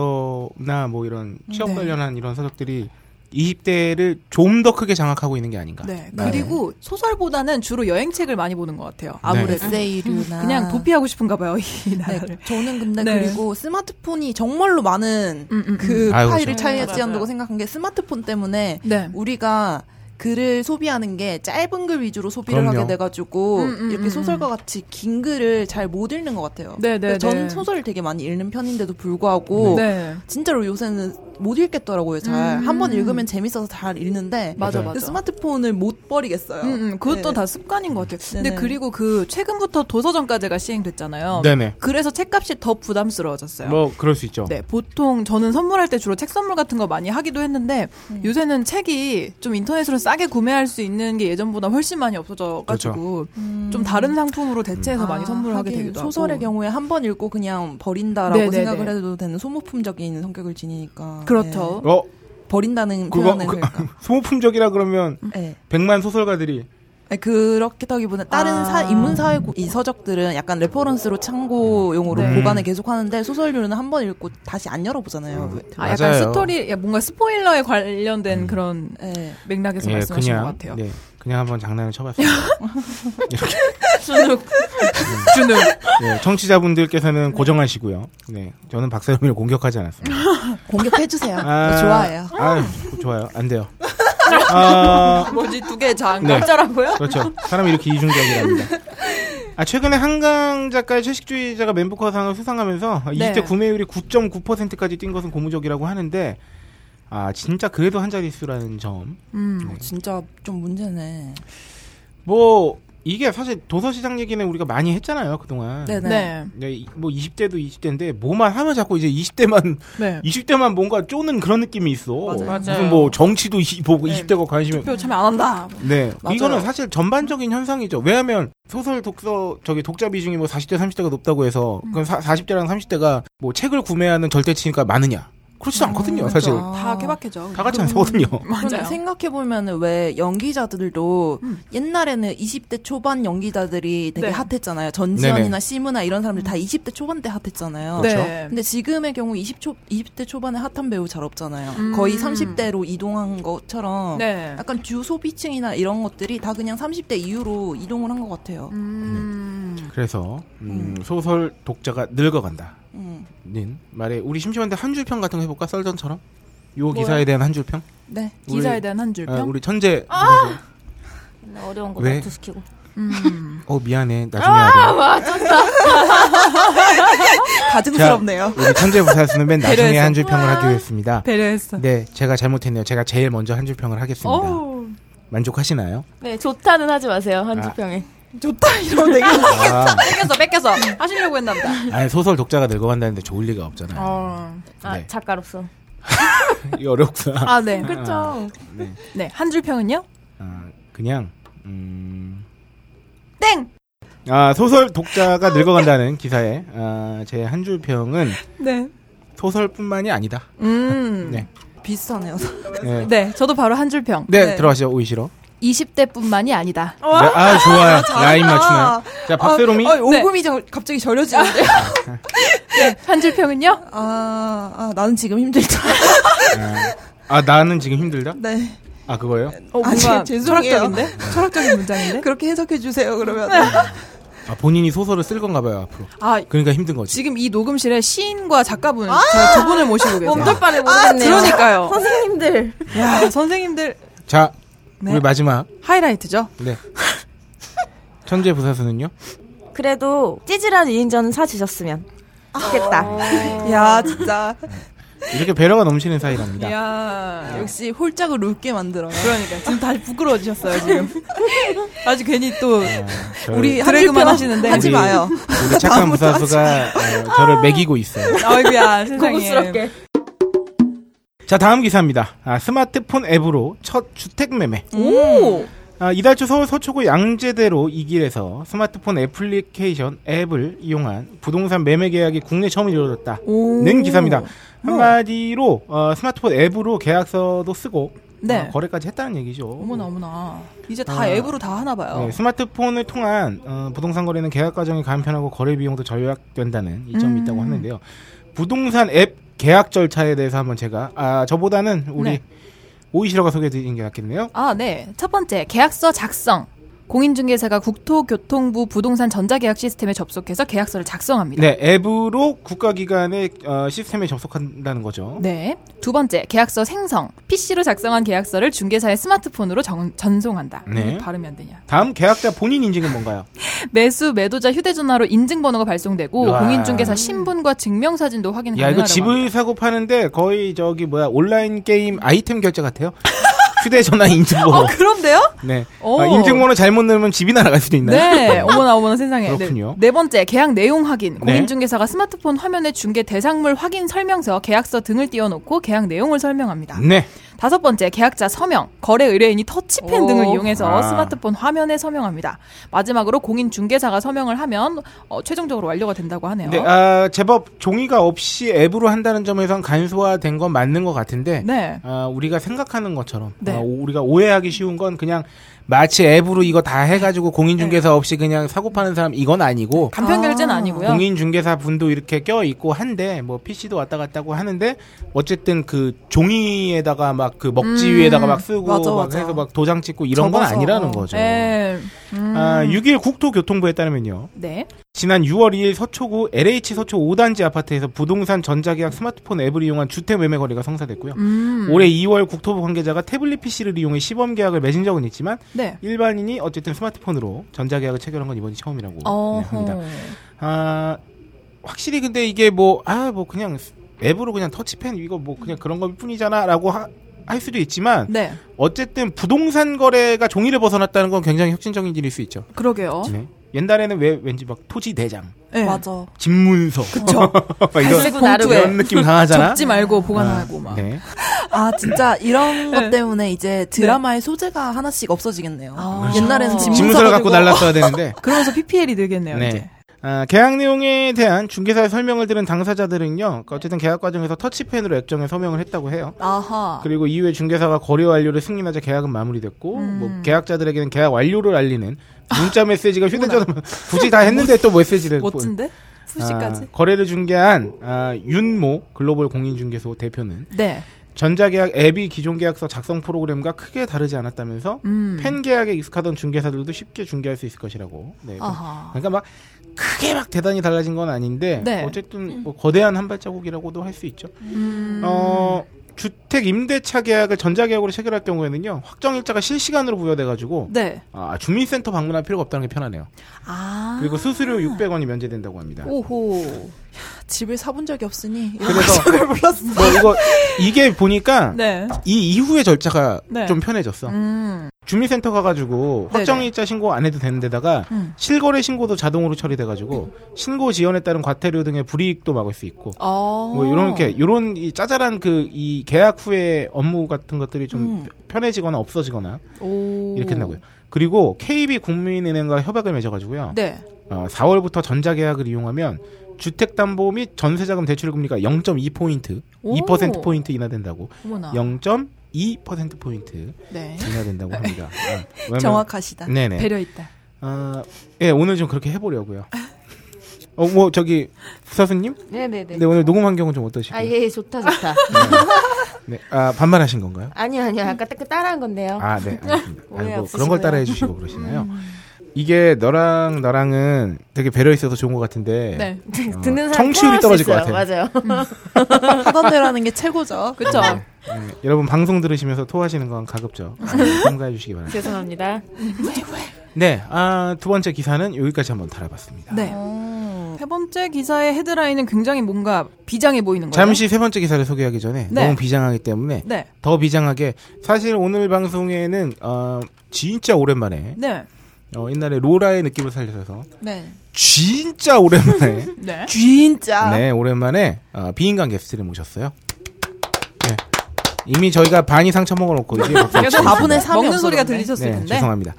A: 자기개발서나 뭐 이런 취업
B: 네.
A: 관련한 이런 서적들이 20대를 좀 더 크게 장악하고 있는 게 아닌가.
B: 네. 그리고 소설보다는 주로 여행책을 많이 보는 것 같아요.
A: 네.
B: 아무래도
C: 에세이류나
B: 그냥 도피하고 싶은가 봐요, 이
C: 네,
B: 나라를.
C: 저는 근데
B: 네.
C: 그리고 스마트폰이 정말로 많은
B: 음, 음,
C: 그
A: 아유,
C: 파일을
A: 그렇죠.
C: 차지한다고
B: 맞아요.
C: 생각한 게 스마트폰 때문에
B: 네.
C: 우리가 글을 소비하는 게 짧은 글 위주로 소비를
A: 그럼요.
C: 하게 돼가지고
B: 음, 음,
C: 이렇게
B: 음,
C: 소설과 같이 긴 글을 잘 못 읽는 것 같아요.
B: 네, 네,
C: 근데 저는
B: 네.
C: 소설을 되게 많이 읽는 편인데도 불구하고
B: 네.
C: 진짜로 요새는 못 읽겠더라고요. 잘 한
B: 음.
C: 번 읽으면 재밌어서 잘 읽는데
B: 맞아,
A: 맞아요.
C: 그
B: 맞아.
C: 스마트폰을 못 버리겠어요.
B: 음, 음, 그것도
C: 네.
B: 다 습관인 것 같아요. 근데
C: 네네.
B: 그리고 그 최근부터 도서정가제가 시행됐잖아요.
A: 네네.
B: 그래서 책값이 더 부담스러워졌어요.
A: 뭐 그럴 수 있죠.
B: 네, 보통 저는 선물할 때 주로 책 선물 같은 거 많이 하기도 했는데 요새는 책이 좀 인터넷으로 싸게 구매할 수 있는 게 예전보다 훨씬 많이 없어져가지고
A: 그렇죠.
B: 좀 다른 상품으로 대체해서 많이 선물을 음. 아, 하게
C: 아, 하긴
B: 되기도 하고
C: 소설의 경우에 한 번 읽고 그냥 버린다라고
B: 네네네.
C: 생각을 해도 되는 소모품적인 성격을 지니니까
B: 그렇죠.
A: 어
C: 네. 버린다는
A: 그거
C: 표현을
A: 그-
C: 그러니까
A: 소모품적이라 그러면
B: 음.
C: 네.
A: 100만 소설가들이
B: 네.
C: 아니, 그렇다기보다 다른
B: 아.
C: 사, 인문사회 고- 이 서적들은 약간 레퍼런스로 참고용으로
A: 네.
C: 보관을 계속하는데 소설류는 한 번 읽고 다시 안 열어보잖아요.
A: 음.
B: 아, 약간
A: 맞아요. 음.
B: 스토리, 야, 뭔가 스포일러에 관련된 그런
C: 네.
B: 맥락에서
A: 예,
B: 말씀하신
A: 그냥
B: 것 같아요.
A: 네, 그냥 한번 장난을 쳐봤어요. 이렇게
B: 준욱, 준욱.
A: 네, 청취자분들께서는 고정하시고요. 네, 저는 박사님을 공격하지 않았습니다.
C: 공격해주세요.
A: 아,
C: 좋아해요.
A: 아, 좋아요. 안 돼요. 아,
B: 뭐지 두 개 장.
A: 네.
D: 어쩌라고요?
A: 그렇죠. 사람이 이렇게 이중적이랍니다. 아, 최근에 한강 작가의 채식주의자가 멘부커상을 수상하면서
B: 네.
A: 20대 구매율이 9.9%까지 뛴 것은 고무적이라고 하는데, 아, 진짜 그래도 한 자릿수라는 점.
B: 음.
C: 진짜 좀 문제네.
A: 뭐, 이게 사실 도서시장 얘기는 우리가 많이 했잖아요, 그동안.
C: 네네.
B: 네.
A: 네, 이- 뭐 20대도 20대인데, 뭐만 하면 자꾸 이제 20대만,
B: 네.
A: 20대만 뭔가 쪼는 그런 느낌이 있어.
B: 맞아요. 네.
A: 무슨 뭐 정치도 이- 보고 20대가 관심이
B: 투표 참여 안 한다. 뭐
A: 네.
C: 맞아요.
A: 이거는 사실 전반적인 현상이죠. 왜냐하면 소설 독서 저기 독자 비중이 뭐 40대 30대가 높다고 해서
B: 음.
A: 그럼 사, 40대랑 30대가 뭐 책을 구매하는 절대치니까 많으냐? 그렇지도
B: 음,
A: 않거든요, 사실.
B: 다 케바케죠.
A: 다 같이 안 사거든요.
B: 맞아요.
C: 생각해 보면은 왜 연기자들도 옛날에는 20대 초반 연기자들이 되게
B: 네.
C: 핫했잖아요. 전지현이나
A: 네네.
C: 시무나 이런 사람들 다 20대 초반 때 핫했잖아요.
B: 네.
C: 근데 지금의 경우 20초 20대 초반에 핫한 배우 잘 없잖아요. 거의 30대로 이동한 것처럼
B: 네.
C: 약간 주소비층이나 이런 것들이 다 그냥 30대 이후로 이동을 한 것 같아요.
B: 음.
A: 그래서 음, 소설 독자가 늙어간다.
C: 음.
A: 는 말에 우리 심심한데 한 줄 평 같은 거 해볼까? 썰전처럼 요 기사에 대한 한 줄 평?
C: 네.
B: 기사에
A: 우리-
B: 대한 한 줄
A: 아,
B: 평.
A: 우리 천재.
D: 어려운 거
A: 왜?
D: 말투 시키고.
B: 음.
A: 어 미안해 나중에 하래.
C: 가증스럽네요.
A: 우리 천재 부사수는 맨 나중에
B: 배려해서.
A: 한 줄 평을 하기로 했습니다.
B: 배려했어.
A: 네, 제가 잘못했네요. 제가 제일 먼저 한 줄 평을 하겠습니다.
B: 어우.
A: 만족하시나요?
D: 네, 좋다는 하지 마세요, 한주평에.
B: 좋다 이런 얘기.
A: 아,
B: 뺏겼어 뺏겼어 하시려고 했나 보다.
A: 아니, 소설 독자가 늙어간다는데 좋을 리가 없잖아요.
B: 어.
D: 아,
A: 네.
D: 작가로서.
A: 이거 어렵구나.
B: 아 네. 그렇죠.
A: 네.
B: 네. 한 줄 평은요?
A: 아, 그냥 음,
B: 땡.
A: 아 소설 독자가 늙어간다는 기사에 아, 제 한 줄 평은
B: 네.
A: 소설뿐만이 아니다.
B: 음.
A: 네.
B: 네.
C: 비슷하네요.
A: 네,
B: 저도 바로 한 줄 평.
A: 네, 들어가시죠 오이시로.
B: 20대뿐만이 아니다.
A: 네, 아 좋아요. 라인 맞추나요? 자 박세롬이
C: 아, 아, 오금이 저- 갑자기 절여지는데.
B: 네. 한 줄 평은요? 어,
C: 아, 아, 나는 지금 힘들다.
A: 아 나는 지금 힘들다.
C: 네.
A: 아 그거예요?
B: 어,
C: 아,
B: 뭔가
C: 죄- 죄송해요.
B: 철학적인데? 철학적인 문장인데?
C: 그렇게 해석해 주세요. 그러면
A: 아 본인이 소설을 쓸 건가 봐요 앞으로.
B: 아,
A: 그러니까 힘든 거지.
B: 지금 이 녹음실에 시인과 작가분 저- 두 분을 모시고 계세요.
D: 아! 몸둘 바를 모르겠네요.
B: 아, 그러니까요.
D: 선생님들.
B: 야, 선생님들
A: 자
B: 네.
A: 우리 마지막
B: 하이라이트죠?
A: 네. 천재 부사수는요?
D: 그래도 찌질한 위인전은 사주셨으면 좋겠다.
A: 어.
C: 야, 진짜
A: 이렇게 배려가 넘치는 사이랍니다.
B: 이야.
C: 역시 홀짝을 굵게 만들어요.
B: 그러니까 지금 다시 부끄러워지셨어요, 지금. 아주 괜히 또
A: 어, 저를-
B: 우리
C: 저를
B: 한줄평
C: 들켜.
B: 하시는데.
C: 네. 하지
A: 우리-
C: 마요.
A: 우리 착한 부사수가 어, 저를 매기고 있어요.
B: 아이고야, 세상에.
D: 고급스럽게.
A: 자 다음 기사입니다. 아, 스마트폰 앱으로 첫 주택 매매.
B: 오!
A: 아, 이달 초 서울 서초구 양재대로 이 길에서 스마트폰 애플리케이션 앱을 이용한 부동산 매매 계약이 국내 처음 이루어졌다.
B: 오.
A: 는 기사입니다. 한마디로 어, 스마트폰 앱으로 계약서도 쓰고
B: 네.
A: 어, 거래까지 했다는 얘기죠.
B: 어머나, 어머나. 이제 다
A: 아.
B: 앱으로 다 하나 봐요.
A: 네, 스마트폰을 통한 어, 부동산 거래는 계약 과정이 간편하고 거래 비용도 절약된다는 이점이
B: 음.
A: 있다고 하는데요. 부동산 앱 계약 절차에 대해서 한번 제가 아 저보다는 우리
B: 네.
A: 오이시러가 소개해드리는 게 낫겠네요.
B: 아, 네. 첫 번째, 계약서 작성. 공인중개사가 국토교통부 부동산 전자계약 시스템에 접속해서 계약서를 작성합니다.
A: 네, 앱으로 국가기관의 어, 시스템에 접속한다는 거죠.
B: 네. 두 번째, 계약서 생성. PC로 작성한 계약서를 중개사의 스마트폰으로 정- 전송한다.
A: 네.
B: 음, 발음이 안 되냐.
A: 다음 계약자 본인 인증은 뭔가요?
B: 매수 매도자 휴대전화로 인증번호가 발송되고
A: 와.
B: 공인중개사 신분과 증명사진도 확인
A: 야
B: 가능하다고
A: 이거 집을
B: 합니다.
A: 사고 파는데 거의 저기 뭐야 온라인 게임 아이템 결제 같아요. 휴대전화 인증번호.
B: 어, 그런데요?
A: 네.
B: 오.
A: 아, 인증번호 잘못 넣으면 집이 날아갈 수도 있나요?
B: 네. 어머나 어머나 세상에. 네.
A: 그렇군요.
B: 네 번째, 계약 내용 확인.
A: 네.
B: 공인중개사가 스마트폰 화면에 중개 대상물 확인 설명서, 계약서 등을 띄워놓고 계약 내용을 설명합니다.
A: 네.
B: 다섯 번째, 계약자 서명. 거래 의뢰인이 터치펜
C: 오.
B: 등을 이용해서
A: 아.
B: 스마트폰 화면에 서명합니다. 마지막으로 공인중개사가 서명을 하면 어, 최종적으로 완료가 된다고 하네요.
A: 네, 아, 제법 종이가 없이 앱으로 한다는 점에선 간소화된 건 맞는 것 같은데,
B: 네.
A: 아, 우리가 생각하는 것처럼,
B: 네.
A: 아, 오- 우리가 오해하기 쉬운 건 그냥 마치 앱으로 이거 다 해가지고 공인중개사 없이 그냥 사고 파는 사람 이건 아니고,
B: 간편 결제는 아니고요. 네.
A: 공인중개사 분도 이렇게 껴있고 한데, 뭐 PC도 왔다 갔다고 하는데, 어쨌든 그 종이에다가 막 막 그 먹지 위에다가 막 쓰고
C: 맞아,
A: 막
C: 맞아.
A: 해서 막 도장 찍고 이런 건
C: 접어서.
A: 아니라는 거죠.
B: 네.
A: 아, 6일 국토교통부에 따르면요.
B: 네.
A: 지난 6월 2일 서초구 LH 서초 5단지 아파트에서 부동산 전자계약 스마트폰 앱을 이용한 주택 매매 거래가 성사됐고요.
B: 음.
A: 올해 2월 국토부 관계자가 태블릿 PC를 이용해 시범 계약을 맺은 적은 있지만
B: 네.
A: 일반인이 어쨌든 스마트폰으로 전자계약을 체결한 건 이번이 처음이라고 네, 합니다.
B: 어허.
A: 아, 확실히 근데 이게 뭐, 아, 뭐 그냥 앱으로 그냥 터치펜 이거 뭐 그냥 그런 것 뿐이잖아 라고 하- 할 수도 있지만
B: 네.
A: 어쨌든 부동산 거래가 종이를 벗어났다는 건 굉장히 혁신적인 일일 수 있죠.
B: 그러게요.
A: 네. 옛날에는 왜 왠지 막 토지 대장,
B: 네.
C: 맞아.
A: 집문서
B: 그쵸.
A: 막 이런,
B: 갈색 봉투에
A: 이런 느낌 강하잖아.
B: 접지 말고 보관하고 막.
A: 네.
C: 아 진짜 이런
B: 네.
C: 것 때문에 이제 드라마의 소재가 하나씩 없어지겠네요.
B: 아.
C: 옛날에는
B: 그렇죠.
A: 집문서를
C: 집문서를
A: 갖고 날랐어야 되는데
B: 그러면서 PPL이 늘겠네요.
A: 네.
B: 이제.
A: 아, 계약 내용에 대한 중개사의 설명을 들은 당사자들은요, 그러니까 어쨌든 계약 과정에서 터치펜으로 앱정에 서명을 했다고 해요.
B: 아하.
A: 그리고 이후에 중개사가 거래 완료를 승인하자 계약은 마무리됐고,
B: 음.
A: 뭐 계약자들에게는 계약 완료를 알리는
B: 아,
A: 문자 메시지가 휴대전화 굳이 다 했는데 또 메시지를 보-
B: 멋진데? 푸시까지?
A: 아, 거래를 중개한 아, 윤모 글로벌 공인중개소 대표는
B: 네.
A: 전자계약 앱이 기존 계약서 작성 프로그램과 크게 다르지 않았다면서
B: 음.
A: 펜 계약에 익숙하던 중개사들도 쉽게 중개할 수 있을 것이라고. 네, 그
B: 아하.
A: 그러니까 막 크게 막 대단히 달라진 건 아닌데
B: 네.
A: 어쨌든 뭐 거대한 한 발자국이라고도 할 수 있죠.
B: 음.
A: 어, 주택 임대차 계약을 전자계약으로 체결할 경우에는요 확정일자가 실시간으로 부여돼가지고
B: 네.
A: 아, 주민센터 방문할 필요가 없다는 게 편하네요.
C: 아
A: 그리고 수수료 600원이 면제된다고 합니다.
B: 오호.
C: 집을 사본 적이 없으니 이런
A: 그래서
C: 걸 몰랐어.
A: 뭐 이거 이게 보니까
B: 네.
A: 이 이후의 절차가
B: 네.
A: 좀 편해졌어.
B: 음.
A: 주민센터 가가지고
B: 네네.
A: 확정일자 신고 안 해도 되는 데다가
B: 음.
A: 실거래 신고도 자동으로 처리돼가지고 신고 지연에 따른 과태료 등의 불이익도 막을 수 있고
B: 어.
A: 뭐 이렇게 이런 이 짜잘한 그 이 계약 후의 업무 같은 것들이 좀
C: 음.
A: 편해지거나 없어지거나
B: 오.
A: 이렇게 된다고요. 그리고 KB 국민은행과 협약을 맺어가지고요.
B: 네.
A: 어, 4월부터 전자계약을 이용하면 주택담보 및 전세자금 대출금리가 0.2포인트,
B: 오.
A: 2%포인트 인하된다고,
B: 어머나.
A: 0.2%포인트
B: 네.
A: 인하된다고 합니다. 아, 왜냐면- 음.
C: 정확하시다.
A: 네네.
B: 배려 있다.
A: 아, 예, 오늘 좀 그렇게 해보려고요. 어, 뭐, 저기, 부사수님?
D: 네네네.
A: 네, 오늘 녹음 환경은 좀 어떠시고요?
D: 아, 예, 예, 좋다, 좋다.
A: 네, 아, 반말하신 건가요?
D: 아니요, 아니요. 아까 딱그 따라한 건데요.
A: 아, 네, 알겠습니다. 아,
D: 어. 오해
A: 뭐 그런 걸
D: 없으시고요. 음.
A: 따라해 주시고 그러시나요? 이게 너랑 나랑은 되게 배려 있어서 좋은 것 같은데
B: 네.
A: 어,
D: 듣는 사람
A: 청취율이
D: 토론할 수
A: 떨어질 것
D: 있어요.
A: 같아요.
D: 맞아요.
C: 하던 대라는 게 최고죠.
B: 그쵸?
A: 네, 여러분 방송 들으시면서 토하시는 건 가급적 참가해 주시기 바랍니다.
D: 죄송합니다.
A: 네, 아, 두 번째 기사는 여기까지 한번 달아봤습니다.
B: 네. 세 번째 기사의 헤드라인은 굉장히 뭔가 비장해 보이는 거예요.
A: 잠시 세 번째 기사를 소개하기 전에
B: 네.
A: 너무 비장하기 때문에
B: 네.
A: 더 비장하게 사실 오늘 방송에는 어, 진짜 오랜만에
B: 네.
A: 어, 옛날에 로라의 느낌을 살려서
C: 네.
A: 진짜 오랜만에
B: 네.
C: 진짜.
A: 네, 오랜만에 어, 비인간 게스트를 모셨어요. 네. 이미 저희가 반이 상처 먹어놓고 이제 박수
B: 그래서
A: 치고
C: 바보네
A: 있습니다.
C: 사람이
B: 먹는 소리가
C: 없어졌네.
B: 들리셨을
A: 네,
B: 텐데.
A: 죄송합니다.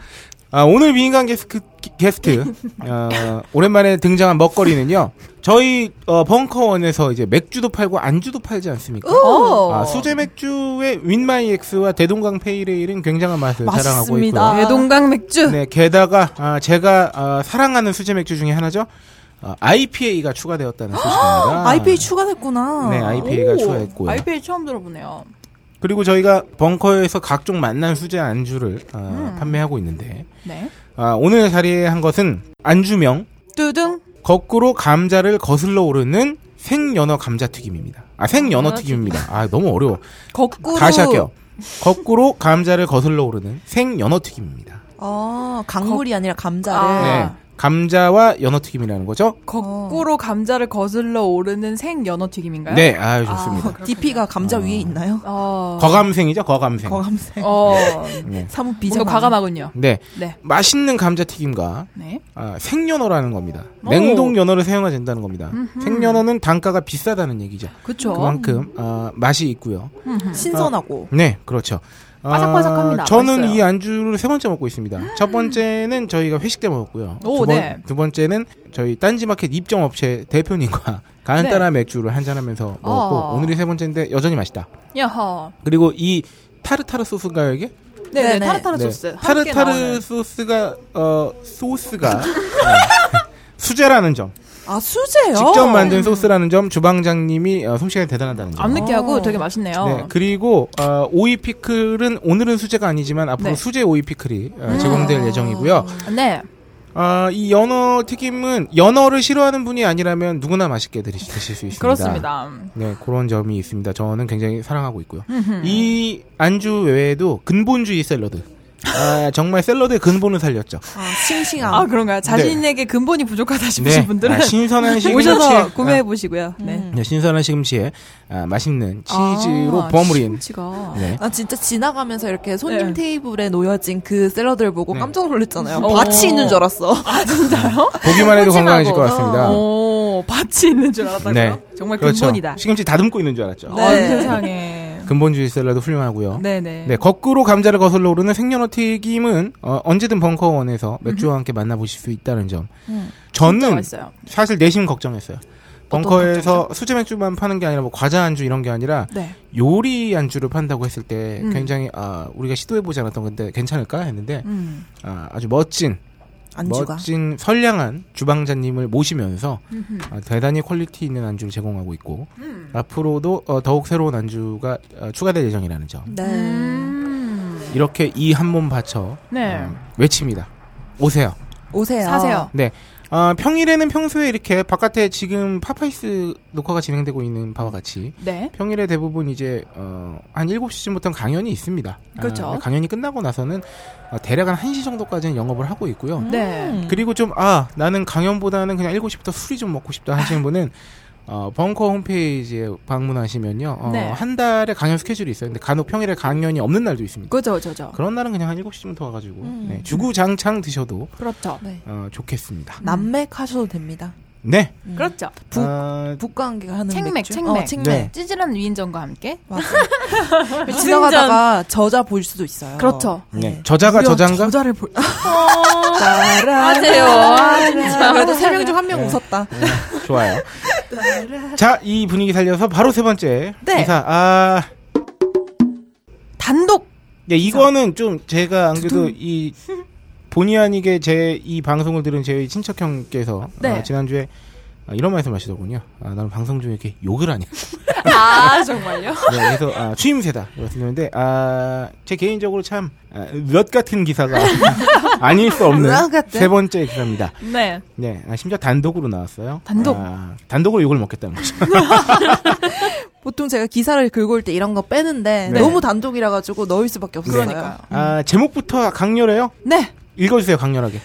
A: 아, 오늘 비인간 게스트, 게스트 어, 오랜만에 등장한 먹거리는요. 저희 어, 벙커원에서 이제 맥주도 팔고 안주도 팔지 않습니까?
B: 오.
A: 아, 수제 맥주의 윈마이엑스와 대동강 페이레일은 굉장한 맛을 자랑하고
C: 맞습니다.
A: 있고요.
B: 대동강 맥주.
A: 네, 게다가 아, 제가 아, 사랑하는 수제 맥주 중에 하나죠. 아, IPA가 추가되었다는 소식입니다.
C: IPA 추가됐구나.
A: 아. 네, IPA가
B: 오.
A: 추가했고요.
B: IPA 처음 들어보네요.
A: 그리고 저희가 벙커에서 각종 만난 수제 안주를 아, 판매하고 있는데
B: 네.
A: 아, 오늘 자리에 한 것은 안주명
B: 뚜둥.
A: 거꾸로 감자를 거슬러 오르는 생연어 감자튀김입니다. 아 생연어 튀김입니다. 아 너무 어려워.
B: 거꾸로.
A: 다시 할게요. 거꾸로 감자를 거슬러 오르는 생연어 튀김입니다.
C: 아 강물이 아니라 감자를.
B: 아.
A: 네, 감자와 연어 튀김이라는 거죠.
C: 어.
B: 거꾸로 감자를 거슬러 오르는 생 연어 튀김인가요?
A: 네, 아 좋습니다.
C: DP가 감자 위에 있나요?
B: 어.
A: 거감생이죠, 아. 네. 거감생.
C: 거감색.
B: 어.
C: 사뭇 비장.
B: 뭔가 과감하군요.
A: 네,
B: 네.
A: 맛있는 감자튀김과
B: 네.
A: 아, 생연어라는 겁니다. 냉동 연어를 사용해야 된다는 겁니다. 생연어는 단가가 비싸다는 얘기죠.
B: 그쵸.
A: 그만큼 아, 맛이 있고요.
C: 음. 신선하고.
A: 네, 그렇죠. 아,
B: 바삭바삭합니다.
A: 저는
B: 맛있어요.
A: 이 안주를 세 번째 먹고 있습니다. 첫 번째는 저희가 회식 때 먹었고요.
B: 오,
A: 두, 번,
B: 네.
A: 두 번째는 저희 딴지마켓 입점업체 대표님과 간단한
B: 네.
A: 맥주를 한잔하면서 먹었고
B: 어.
A: 오늘이 세 번째인데 여전히 맛있다.
B: 야하.
A: 그리고 이 타르타르 소스인가요 이게?
B: 네네.
C: 네네.
B: 타르타르
A: 네.
B: 소스. 함께
A: 타르타르
B: 나오는.
A: 소스가 어 소스가 네. 수제라는 점.
B: 아 수제요?
A: 직접 만든 소스라는 점 주방장님이 어, 솜씨가 대단하다는 점.
B: 안 느끼하고
D: 어.
B: 되게 맛있네요.
A: 네, 그리고 어, 오이 피클은 오늘은 수제가 아니지만 앞으로
B: 네. 음.
A: 수제 오이 피클이 어, 제공될 예정이고요.
B: 네.
A: 아, 이 연어 튀김은 연어를 싫어하는 분이 아니라면 누구나 맛있게 드시, 드실 수 있습니다.
B: 그렇습니다.
A: 네, 그런 점이 있습니다. 저는 굉장히 사랑하고 있고요. 이 안주 외에도 근본주의 샐러드. 아, 정말 샐러드의 근본을 살렸죠.
C: 아, 싱싱함.
B: 아 그런가요? 자신에게 근본이 부족하다 싶으신 분들은
A: 네. 아, 신선한 시금치에
B: 오셔서
A: 아,
B: 구매해 보시고요. 네.
A: 네, 신선한 시금치에 아, 맛있는 치즈로
B: 아,
A: 버무린
B: 시금치가.
A: 네.
C: 나 아, 진짜 지나가면서 이렇게 손님
B: 네.
C: 테이블에 놓여진 그 샐러드를 보고
A: 네.
C: 깜짝 놀랐잖아요.
B: 어.
C: 밭이 있는 줄 알았어.
A: 보기만 해도 건강해질 것 같습니다.
B: 아, 어. 오, 밭이 있는 줄 알았다고요?
A: 아. 네.
B: 정말
A: 그렇죠.
B: 근본이다.
A: 시금치 다듬고 있는 줄 알았죠.
C: 네.
B: 아유, 세상에.
A: 근본주의 샐러드 훌륭하고요.
B: 네네.
A: 네, 거꾸로 감자를 거슬러 오르는 생연어 튀김은 어, 언제든 벙커원에서 맥주와 함께 만나보실 수 있다는 점.
B: 음. 진짜
A: 저는
B: 맛있어요.
A: 사실 내심 걱정했어요. 벙커에서 수제 맥주만 파는 게 아니라 뭐 과자 안주 이런 게 아니라
B: 네.
A: 요리 안주를 판다고 했을 때
B: 음.
A: 굉장히 아, 우리가 시도해 보지 않았던 건데 괜찮을까 했는데
B: 음.
A: 아, 아주 멋진
C: 안주가.
A: 멋진 선량한 주방장님을 모시면서 아, 대단히 퀄리티 있는 안주를 제공하고 있고
B: 음.
A: 앞으로도 어, 더욱 새로운 안주가 어, 추가될 예정이라는 점.
C: 네.
B: 음.
A: 이렇게 이 한 몸 바쳐
B: 네.
A: 어, 외칩니다. 오세요.
C: 오세요.
B: 사세요.
A: 네. 아, 평일에는 평소에 이렇게 바깥에 지금 파파이스 녹화가 진행되고 있는 바와 같이
B: 네.
A: 평일에 대부분 이제 어, 한 7시쯤부터 강연이 있습니다. 아,
B: 그렇죠.
A: 강연이 끝나고 나서는 어, 대략 한 1시 정도까지는 영업을 하고 있고요.
B: 네.
A: 그리고 좀, 아, 나는 강연보다는 그냥 7시부터 술이 좀 먹고 싶다 하시는 분은, 어, 벙커 홈페이지에 방문하시면요. 어,
B: 네.
A: 한 달에 강연 스케줄이 있어요. 근데 간혹 평일에 강연이 없는 날도 있습니다.
B: 그죠, 그죠.
A: 그런 날은 그냥 한 7시쯤부터 와가지고,
B: 음.
A: 네, 주구장창 드셔도,
B: 그렇죠.
C: 네.
A: 어,
B: 음.
A: 좋겠습니다.
C: 남맥 하셔도 됩니다.
A: 네.
B: 그렇죠.
C: 북-
A: 아,
C: 북관계 하는
B: 책맥,
C: 맥주?
B: 책맥.
C: 어, 책맥.
A: 네.
B: 찌질한 위인전과 함께. 그
C: 지나가다가 저자 보일 수도 있어요.
B: 그렇죠. 어.
A: 네. 저자가
C: 무려
A: 저장가?
C: 저자를 볼.
D: 하세요. 아, 진짜.
C: 그래도 세 명 중 한 명
A: 네.
C: 웃었다.
A: 좋아요. 자, 이 분위기 살려서 바로 세 번째.
B: 네.
A: 기사. 아,
B: 단독.
A: 네, 이거는 좀 제가 안 그래도 이 본의 아니게 제 이 방송을 들은 제 친척 형께서
B: 네.
A: 어, 지난주에 아, 이런 말씀하시더군요. 아, 나는 방송 중에 이렇게 욕을 하냐.
B: 아, 정말요?
A: 네, 그래서 아, 추임새다 말씀드렸는데 아, 제 개인적으로 참몇 아, 같은 기사가 아닐 수 없는
C: 몇 같은?
A: 세 번째 기사입니다.
B: 네.
A: 네, 아, 심지어 단독으로 나왔어요.
B: 단독?
A: 아, 단독으로 욕을 먹겠다는 거죠.
C: 보통 제가 기사를 긁을 때 이런 거 빼는데
A: 네.
C: 너무 단독이라 가지고 넣을 수밖에 없어요.
B: 그러니까요.
A: 아, 제목부터 강렬해요.
B: 네.
A: 읽어주세요, 강렬하게.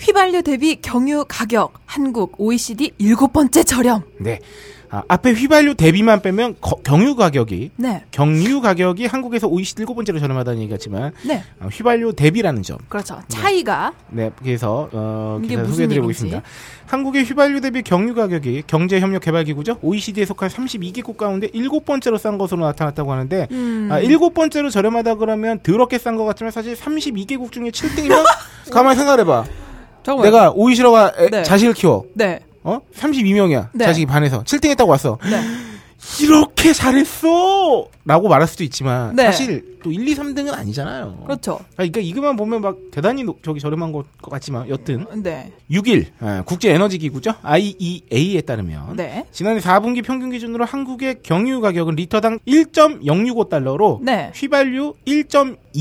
B: 휘발유 대비 경유 가격 한국 OECD 일곱 번째 저렴.
A: 네, 아, 앞에 휘발유 대비만 빼면 거- 경유 가격이
B: 네.
A: 경유 가격이 한국에서 OECD 일곱 번째로 저렴하다는 얘기 같지만
B: 네.
A: 어, 휘발유 대비라는 점.
B: 그렇죠. 차이가
A: 네, 그래서 어,
B: 이게
A: 기사
B: 무슨
A: 소개해드려
B: 얘기인지.
A: 보겠습니다. 한국의 휘발유 대비 경유 가격이 경제협력개발기구죠 OECD에 속한 32개국 가운데 일곱 번째로 싼 것으로 나타났다고 하는데
B: 음.
A: 아, 일곱 번째로 저렴하다 그러면 더럽게 싼 것 같지만 사실 32개국 중에 7등이면 가만 히 생각해봐.
B: 잠깐만요.
A: 내가 오이시러가 애-
B: 네.
A: 자식을 키워.
B: 네.
A: 어? 32명이야.
B: 네.
A: 자식이 반에서 7등 했다고 왔어.
B: 네.
A: 이렇게 잘했어! 라고 말할 수도 있지만,
B: 네.
A: 사실 또 1, 2, 3등은 아니잖아요.
B: 그렇죠.
A: 그러니까 이거만 보면 막 대단히 노- 저기 저렴한 것 같지만, 여튼.
B: 네.
A: 6일, 예, 국제에너지기구죠? IEA에 따르면.
B: 네.
A: 지난해 4분기 평균 기준으로 한국의 경유 가격은 리터당 1.065달러로
B: 네.
A: 휘발유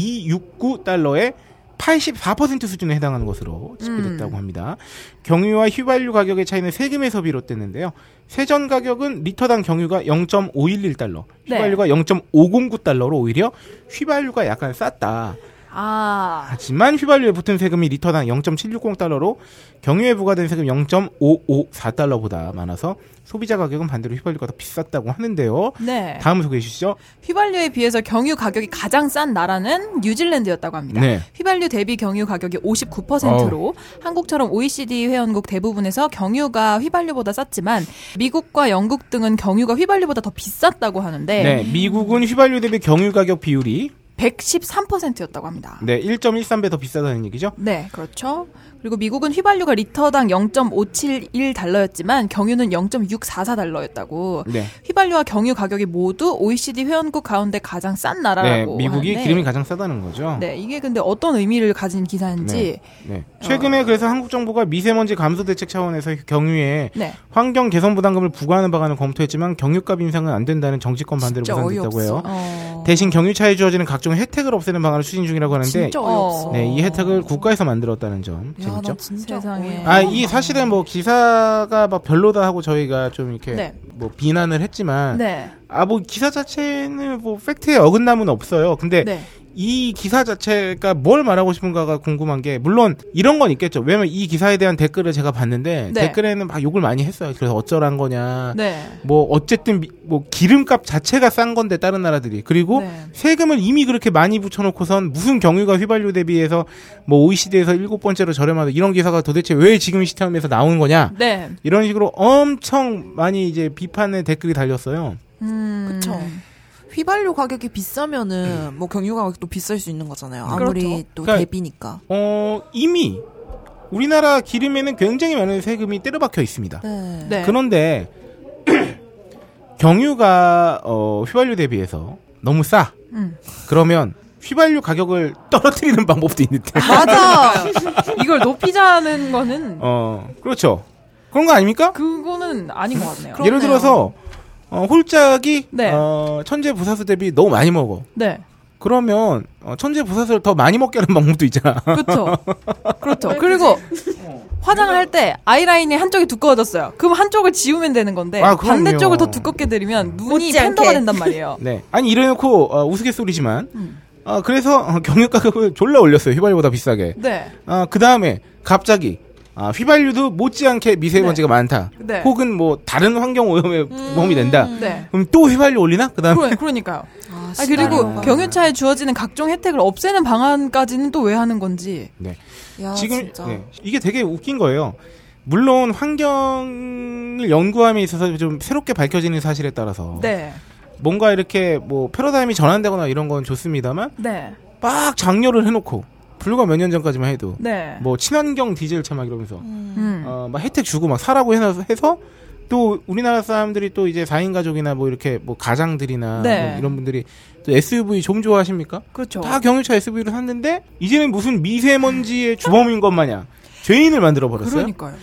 A: 1.269달러에 84% 수준에 해당하는 것으로 집계됐다고
B: 음.
A: 합니다. 경유와 휘발유 가격의 차이는 세금에서 비롯됐는데요. 세전 가격은 리터당 경유가 0.511달러,
B: 네.
A: 휘발유가 0.509달러로 오히려 휘발유가 약간 쌌다.
B: 아.
A: 하지만 휘발유에 붙은 세금이 리터당 0.760달러로 경유에 부과된 세금 0.554달러보다 많아서 소비자 가격은 반대로 휘발유가 더 비쌌다고 하는데요.
B: 네.
A: 다음 소개해 주시죠.
B: 휘발유에 비해서 경유 가격이 가장 싼 나라는 뉴질랜드였다고 합니다.
A: 네.
B: 휘발유 대비 경유 가격이 59%로 한국처럼 OECD 회원국 대부분에서 경유가 휘발유보다 쌌지만 미국과 영국 등은 경유가 휘발유보다 더 비쌌다고 하는데
A: 네, 미국은 휘발유 대비 경유 가격 비율이
B: 113%였다고 합니다.
A: 네, 1.13배 더 비싸다는 얘기죠.
B: 네, 그렇죠. 그리고 미국은 휘발유가 리터당 0.571 달러였지만 경유는 0.644 달러였다고.
A: 네.
B: 휘발유와 경유 가격이 모두 OECD 회원국 가운데 가장 싼
A: 네,
B: 나라라고
A: 미국이
B: 하는데
A: 기름이 가장 싸다는 거죠.
B: 네, 이게 근데 어떤 의미를 가진 기사인지
A: 네.
C: 어.
A: 최근에 그래서 한국 정부가 미세먼지 감소 대책 차원에서 경유에
B: 네.
A: 환경 개선 부담금을 부과하는 방안을 검토했지만 경유값 인상은 안 된다는 정치권 반대로
C: 진짜
A: 무산됐다고 해요.
C: 어이없어.
B: 어.
A: 대신 경유차에 주어지는 각종 혜택을 없애는 방안을 추진 중이라고 하는데
C: 진짜 어이없어.
A: 네, 이 혜택을 국가에서 만들었다는 점
C: 야,
A: 재밌죠?
C: 나 진짜
B: 세상에.
A: 아, 이 사실은 뭐 기사가 막 별로다 하고 저희가 좀 이렇게
B: 네.
A: 뭐 비난을 했지만
B: 네.
A: 아, 뭐 기사 자체는 뭐 팩트에 어긋남은 없어요. 근데
B: 네.
A: 이 기사 자체가 뭘 말하고 싶은가가 궁금한 게 물론 이런 건 있겠죠. 왜냐면 이 기사에 대한 댓글을 제가 봤는데
B: 네.
A: 댓글에는 막 욕을 많이 했어요. 그래서 어쩌란 거냐.
B: 네.
A: 뭐 어쨌든 미- 뭐 기름값 자체가 싼 건데 다른 나라들이 그리고
B: 네.
A: 세금을 이미 그렇게 많이 붙여놓고선 무슨 경유가 휘발유 대비해서 뭐 OECD에서 일곱 번째로 저렴하다 이런 기사가 도대체 왜 지금 시점에서 나온 거냐
B: 네.
A: 이런 식으로 엄청 많이 이제 비판의 댓글이 달렸어요.
B: 음.
C: 그쵸. 휘발유 가격이 비싸면은 뭐 경유 가격도 비쌀 수 있는 거잖아요. 아무리
B: 그렇죠.
C: 또
A: 네. 그러니까-
C: 대비니까.
A: 어 이미 우리나라 기름에는 굉장히 많은 세금이 때려박혀 있습니다.
C: 네.
B: 네.
A: 그런데 경유가 어, 휘발유 대비해서 너무 싸.
B: 음.
A: 그러면 휘발유 가격을 떨어뜨리는 방법도 있는데.
B: 맞아. 이걸 높이자는 거는
A: 어 그렇죠. 그런 거 아닙니까?
B: 그거는 아닌 것 같네요.
C: 그럼-
A: 예를 들어서 어, 홀짝이
B: 네.
A: 어, 천재 부사수 대비 너무 많이 먹어.
B: 네.
A: 그러면 어, 천재 부사수를 더 많이 먹게 하는 방법도 있잖아.
B: 그렇죠. 그렇죠. 그리고 화장을 할 때 아이라인이 한쪽이 두꺼워졌어요. 그럼 한쪽을 지우면 되는 건데
A: 아, 그럼요. 음.
B: 반대쪽을 더 두껍게 들이면 눈이
D: 못지않게.
B: 팬더가 된단 말이에요.
A: 네. 아니 이래놓고 어, 우스갯소리지만 어, 그래서 어, 경유 가격을 졸라 올렸어요. 휘발유보다 비싸게.
B: 네.
A: 아, 그 다음에 갑자기 아, 휘발유도 못지않게 미세먼지가 많다.
B: 네.
A: 혹은 뭐 다른 환경 오염에 도움이 된다.
B: 네.
A: 그럼 또 휘발유 올리나? 그 다음에
B: 그러, 그러니까요.
C: 아,
B: 아,
C: 시끄러워.
B: 그리고 경유차에 주어지는 각종 혜택을 없애는 방안까지는 또 왜 하는 건지.
C: 야,
A: 지금
C: 진짜.
A: 네. 이게 되게 웃긴 거예요. 물론 환경을 연구함에 있어서 좀 새롭게 밝혀지는 사실에 따라서
B: 네.
A: 뭔가 이렇게 뭐 패러다임이 전환되거나 이런 건 좋습니다만
B: 네.
A: 막 장려를 해놓고 불과 몇 년 전까지만 해도
B: 네.
A: 뭐 친환경 디젤 차 막 이러면서
B: 음.
A: 어, 막 혜택 주고 막 사라고 해서, 해서 또 우리나라 사람들이 또 이제 4인 가족이나 뭐 이렇게 뭐 가장들이나
B: 네.
A: 뭐 이런 분들이 또 SUV 좀 좋아하십니까?
B: 그렇죠.
A: 다 경유차 SUV를 샀는데 이제는 무슨 미세먼지의 주범인 것 마냥 죄인을 만들어 버렸어요.
B: 그러니까요.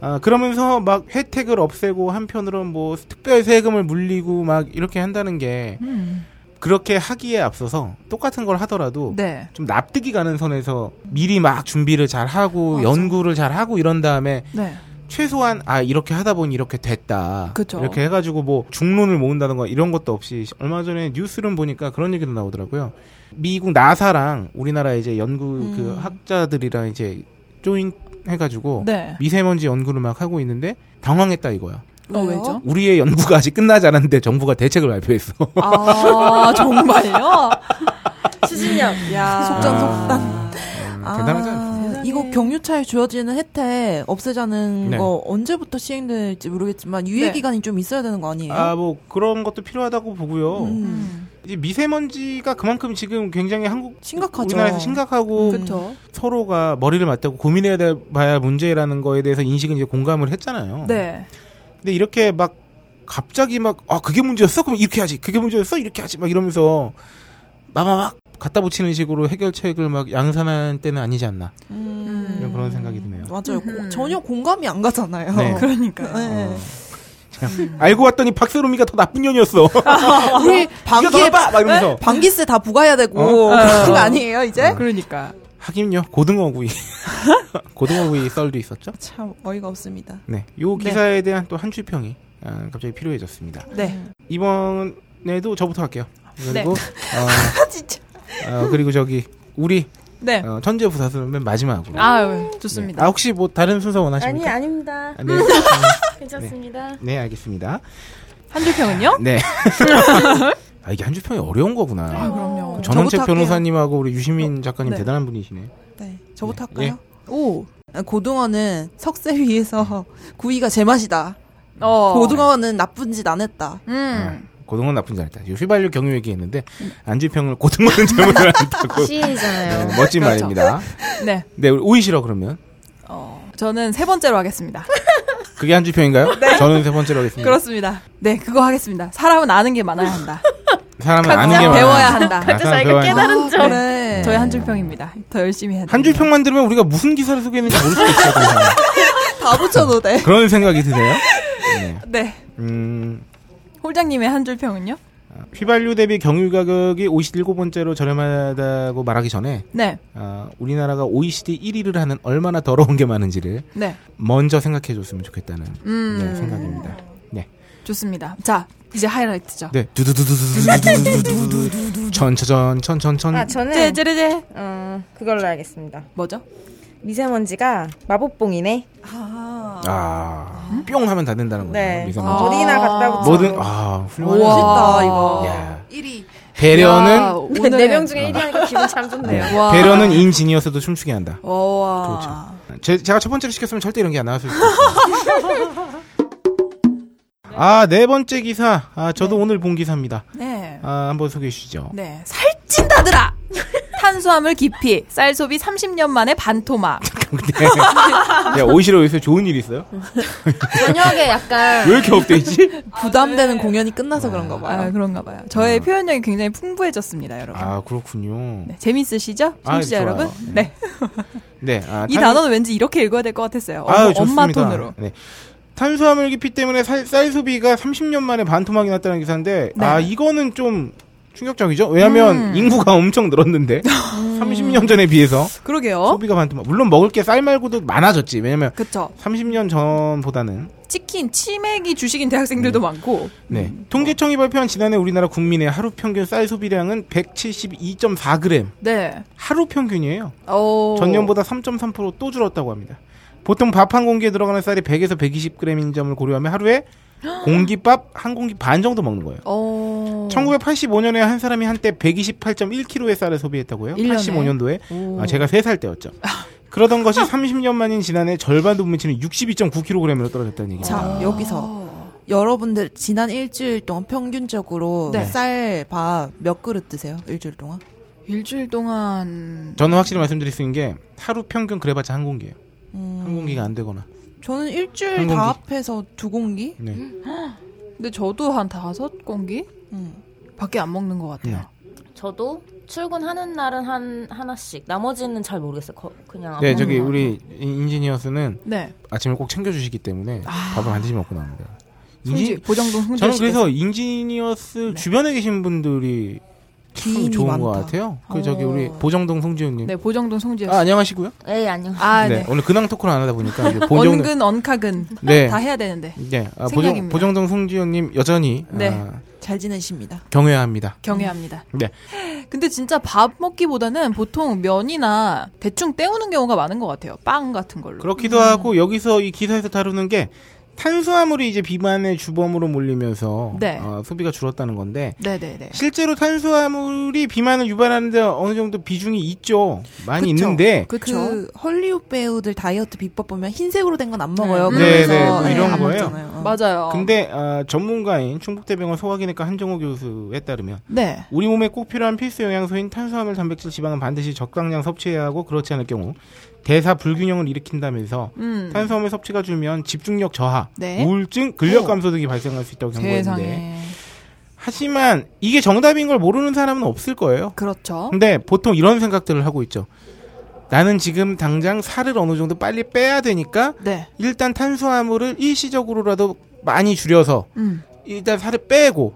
A: 아, 그러면서 막 혜택을 없애고 한편으로 뭐 특별 세금을 물리고 막 이렇게 한다는 게
B: 음.
A: 그렇게 하기에 앞서서 똑같은 걸 하더라도
B: 네.
A: 좀 납득이 가는 선에서 미리 막 준비를 잘 하고
C: 맞아.
A: 연구를 잘 하고 이런 다음에
B: 네.
A: 최소한 아 이렇게 하다 보니 이렇게 됐다.
B: 그쵸.
A: 이렇게 해가지고 뭐 중론을 모은다던가 이런 것도 없이 얼마 전에 뉴스를 보니까 그런 얘기도 나오더라고요. 미국 나사랑 우리나라 이제 연구
B: 음.
A: 그 학자들이랑 이제 조인 해가지고
B: 네.
A: 미세먼지 연구를 막 하고 있는데 당황했다 이거야.
B: 어,
C: 왜요?
B: 왜죠?
A: 우리의 연구가 아직 끝나지 않았는데 정부가 대책을 발표했어.
B: 아, 정말요?
D: 추진력.
B: 야.
C: 속전 속단.
A: 음,
C: 아,
A: 대단하지 않습니까?
C: 이거 경유차에 주어지는 혜택 없애자는
A: 네.
C: 거 언제부터 시행될지 모르겠지만 유예
B: 네.
C: 기간이 좀 있어야 되는 거 아니에요?
A: 아 뭐 그런 것도 필요하다고 보고요.
B: 음.
A: 이제 미세먼지가 그만큼 지금 굉장히 한국
C: 심각하죠.
A: 우리나라에서 심각하고
B: 그렇죠.
A: 서로가 머리를 맞대고 고민해야 될- 봐야 문제라는 거에 대해서 인식은 이제 공감을 했잖아요.
B: 네.
A: 근데 이렇게 막 갑자기 막 아 그게 문제였어? 그럼 이렇게 하지. 그게 문제였어? 이렇게 하지. 막 이러면서 마마막 갖다 붙이는 식으로 해결책을 막 양산한 때는 아니지 않나
C: 음.
A: 이런 그런 생각이 드네요.
C: 맞아요. 고-
B: 음.
C: 전혀 공감이 안 가잖아요.
A: 네.
B: 그러니까요.
C: 네.
A: 어. 참, 알고 왔더니 박세롬이가 더 나쁜 년이었어.
C: 우리
A: 이거 더
C: 방기에 네?
A: 해봐! 막 이러면서
C: 방기세 다 부과해야 되고
A: 어?
C: 그런 거 아니에요 이제?
B: 그러니까.
A: 하긴요 고등어구이 고등어구이 썰도 있었죠.
C: 참 어이가 없습니다.
A: 네, 요 기사에 대한 또 한 줄평이 아, 갑자기 필요해졌습니다.
B: 네.
A: 이번에도 저부터 할게요.
B: 네.
A: 그리고 어,
C: 진짜.
A: 어, 그리고 저기 우리
B: 네.
A: 어, 천재 부사수는 맨 마지막으로. 네.
B: 아유, 좋습니다.
A: 아, 혹시 뭐 다른 순서 원하십니까?
D: 아닙니다.
A: 아, 네. 음,
D: 괜찮습니다.
A: 네, 알겠습니다.
B: 한줄평은요?
A: 네. 아, 이게 한 줄평이 어려운 거구나.
B: 그럼요.
A: 전원책
C: 저부터 할게요.
A: 변호사님하고 우리 유시민 작가님
C: 네.
A: 대단한 분이시네.
C: 네, 저부터
A: 네.
C: 할까요?
B: 오.
C: 고등어는 석쇠 위에서 구이가 제맛이다.
B: 어.
C: 고등어는 나쁜 짓 안 했다.
B: 음.
A: 아, 고등어 나쁜 줄 알았다. 휘발유 경유 얘기했는데 안주평을 고등어는 잘못 알았다고.
D: 시이잖아요.
A: 네, 멋진
B: 그렇죠.
A: 말입니다.
B: 네.
A: 네, 우리 오이시러 그러면.
B: 저는 세 번째로 하겠습니다.
A: 그게 한주평인가요? 저는 세 번째로 하겠습니다.
B: 그렇습니다. 네, 그거 하겠습니다. 사람은 아는 게 많아야 한다.
A: 사람은
B: 각자
A: 아는 게 많아요.
B: 배워야 한다.
A: 아, 사람
D: 자기가
A: 배워야
D: 깨달은
A: 한다.
D: 다른 점.
B: 네. 저의 한줄평입니다. 더 열심히 해야 돼.
A: 한 줄평만 들으면 우리가 무슨 기사를 소개했는지 모를 수도 있어요.
B: 다 붙여도 돼.
A: 그런 생각이 드세요? 네.
B: 네.
A: 음,
B: 홀장님의 한줄평은요?
A: 휘발유 대비 경유 가격이 57번째로 저렴하다고 말하기 전에
B: 네.
A: 아, 우리나라가 OECD 1위를 하는 얼마나 더러운 게 많은지를
B: 네.
A: 먼저 생각해 줬으면 좋겠다는
B: 음.
A: 네, 생각입니다. 네.
B: 좋습니다. 자, 이제 하이라이트죠.
A: 네. 두두두두두두두두두두두두 천천천
D: 아,
A: 천천천
D: 저는
B: 제제제
D: 어, 그걸로 하겠습니다.
B: 뭐죠?
D: 미세먼지가 마법봉이네.
B: 아.
A: 아. 뿅 하면 다 된다는 거죠.
D: 네.
A: 아, 미세먼지.
D: 어디나 갖다 붙여.
A: 모든 아, 훌륭하다.
B: 멋있다 이거.
A: 야.
B: 1위.
A: 네. 배려는
B: 오늘
D: 네명 중에 1위 하니까 기분 참 좋네요.
B: 와.
A: 배려는 임진이었어도 춤추게 한다.
B: 와.
A: 제, 제가 첫 번째로 시켰으면 절대 이런 게 안 나왔을 거예요. 아, 네 번째 기사. 아, 저도 오늘 본 기사입니다.
B: 네.
A: 아, 한번 소개해 주시죠.
B: 네. 살찐다더라. 탄수화물 기피. 쌀 소비 30년 만에 반토막.
A: 근데 네. 야, 오이시로 요새 좋은 일 있어요?
D: 저녁에 약간
A: 네. 왜 이렇게 업돼 있지?
C: 부담되는 공연이 끝나서 그런가 봐요.
B: 아, 그런가 봐요. 저의 표현력이 굉장히 풍부해졌습니다, 여러분.
A: 음. 아, 그렇군요.
B: 네, 재밌으시죠?
A: 아,
B: 청취자
A: 좋아요.
B: 여러분?
A: 네.
B: 네.
A: 네. 아,
B: 이
A: 탄-
B: 단어는 왠지 이렇게 읽어야 될 것 같았어요. 엄마,
A: 아유,
B: 엄마
A: 좋습니다.
B: 톤으로.
A: 네. 탄수화물 기피 때문에 살, 쌀 소비가 30년 만에 반토막이 났다는 기사인데
B: 네. 음.
A: 아, 이거는 좀 충격적이죠. 왜냐하면 인구가 엄청 늘었는데 30년 전에 비해서
B: 그러게요.
A: 소비가 반토막. 물론 먹을 게 쌀 말고도 많아졌지. 왜냐면
B: 그쵸.
A: 30년 전보다는
B: 치킨, 치맥이 주식인 대학생들도 많고.
A: 네. 통계청이 발표한 지난해 우리나라 국민의 하루 평균 쌀 소비량은 172.4g.
B: 네.
A: 하루 평균이에요.
B: 어.
A: 전년보다 3.3%또 줄었다고 합니다. 보통 밥 한 공기에 들어가는 쌀이 100에서 120g인 점을 고려하면 하루에 공기밥 한 공기 반 정도 먹는 거예요.
B: 어.
A: 1985년에 한 사람이 한때 128.1kg의 쌀을 소비했다고요.
B: 일 년에?
A: 85년도에 아, 제가 3살 때였죠. 그러던 것이 30년 만인 지난해 절반도 못 미치는 62.9kg으로 떨어졌다는 얘기입니다.
C: 자, 여기서 여러분들 지난 일주일 동안 평균적으로
B: 네.
C: 쌀, 밥 몇 그릇 드세요? 일주일 동안?
B: 일주일 동안.
A: 저는 확실히 말씀드릴 수 있는 게 하루 평균 그래봤자 한 공기예요.
B: 음.
A: 한 공기가 안 되거나.
C: 저는 일주일
A: 한
C: 다
A: 공기.
C: 합해서 두 공기?
A: 네.
B: 음. 근데 저도 한 다섯 공기?
C: 음.
B: 밖에 안 먹는 것 같아요.
A: 네.
D: 저도 출근하는 날은 한 하나씩 나머지는 잘 모르겠어요. 거- 그냥 안
A: 네,
D: 먹는
A: 저기
D: 것 같아요.
A: 우리 인지니어스는
B: 네.
A: 아침을 꼭 챙겨주시기 때문에
B: 아.
A: 밥을 반드시 먹고 나옵니다. 인지-
B: 성질, 보정동 성질.
A: 저는 그래서 인지니어스
B: 네.
A: 주변에 계신 분들이 참
C: 기인이
A: 좋은 것
C: 많다.
A: 같아요.
B: 어.
A: 그 저기 우리 보정동 송지훈님.
B: 네, 보정동 성질.
A: 아 안녕하시고요.
D: 에이 안녕.
B: 아,
A: 네,
B: 네.
A: 오늘 근황 토크를 안 하다 보니까 이제 보정동.
B: 언근, 언카근.
A: 네.
B: 아, 다 해야 되는데.
A: 네, 아, 보정,
B: 생략입니다.
A: 보정동 송지훈님 여전히
B: 네.
A: 아,
C: 잘 지내십니다.
A: 경외합니다.
B: 경외합니다.
A: 네.
B: 근데 진짜 밥 먹기보다는 보통 면이나 대충 때우는 경우가 많은 것 같아요. 빵 같은 걸로.
A: 그렇기도 하고 여기서 이 기사에서 다루는 게 탄수화물이 이제 비만의 주범으로 몰리면서
B: 네.
A: 아, 소비가 줄었다는 건데
B: 네네네.
A: 실제로 탄수화물이 비만을 유발하는데 어느 정도 비중이 있죠. 많이
C: 그쵸?
A: 있는데
B: 그쵸.
C: 그 헐리우드 배우들 다이어트 비법 보면 흰색으로 된 건 안 먹어요.
A: 네,
C: 그러면서
A: 네, 뭐 이런
C: 안
A: 거예요.
C: 먹잖아요. 어.
B: 맞아요.
A: 근데 아, 전문가인 충북대병원 소화기내과 한정호 교수에 따르면
B: 네.
A: 우리 몸에 꼭 필요한 필수 영양소인 탄수화물, 단백질, 지방은 반드시 적당량 섭취해야 하고 그렇지 않을 경우 대사 불균형을 일으킨다면서
B: 음.
A: 탄수화물 섭취가 줄면 집중력 저하,
B: 네.
A: 우울증, 근력 감소 등이 발생할 수 있다고 경고했는데
B: 세상에.
A: 하지만 이게 정답인 걸 모르는 사람은 없을 거예요.
B: 그렇죠.
A: 근데 보통 이런 생각들을 하고 있죠. 나는 지금 당장 살을 어느 정도 빨리 빼야 되니까
B: 네.
A: 일단 탄수화물을 일시적으로라도 많이 줄여서
B: 음.
A: 일단 살을 빼고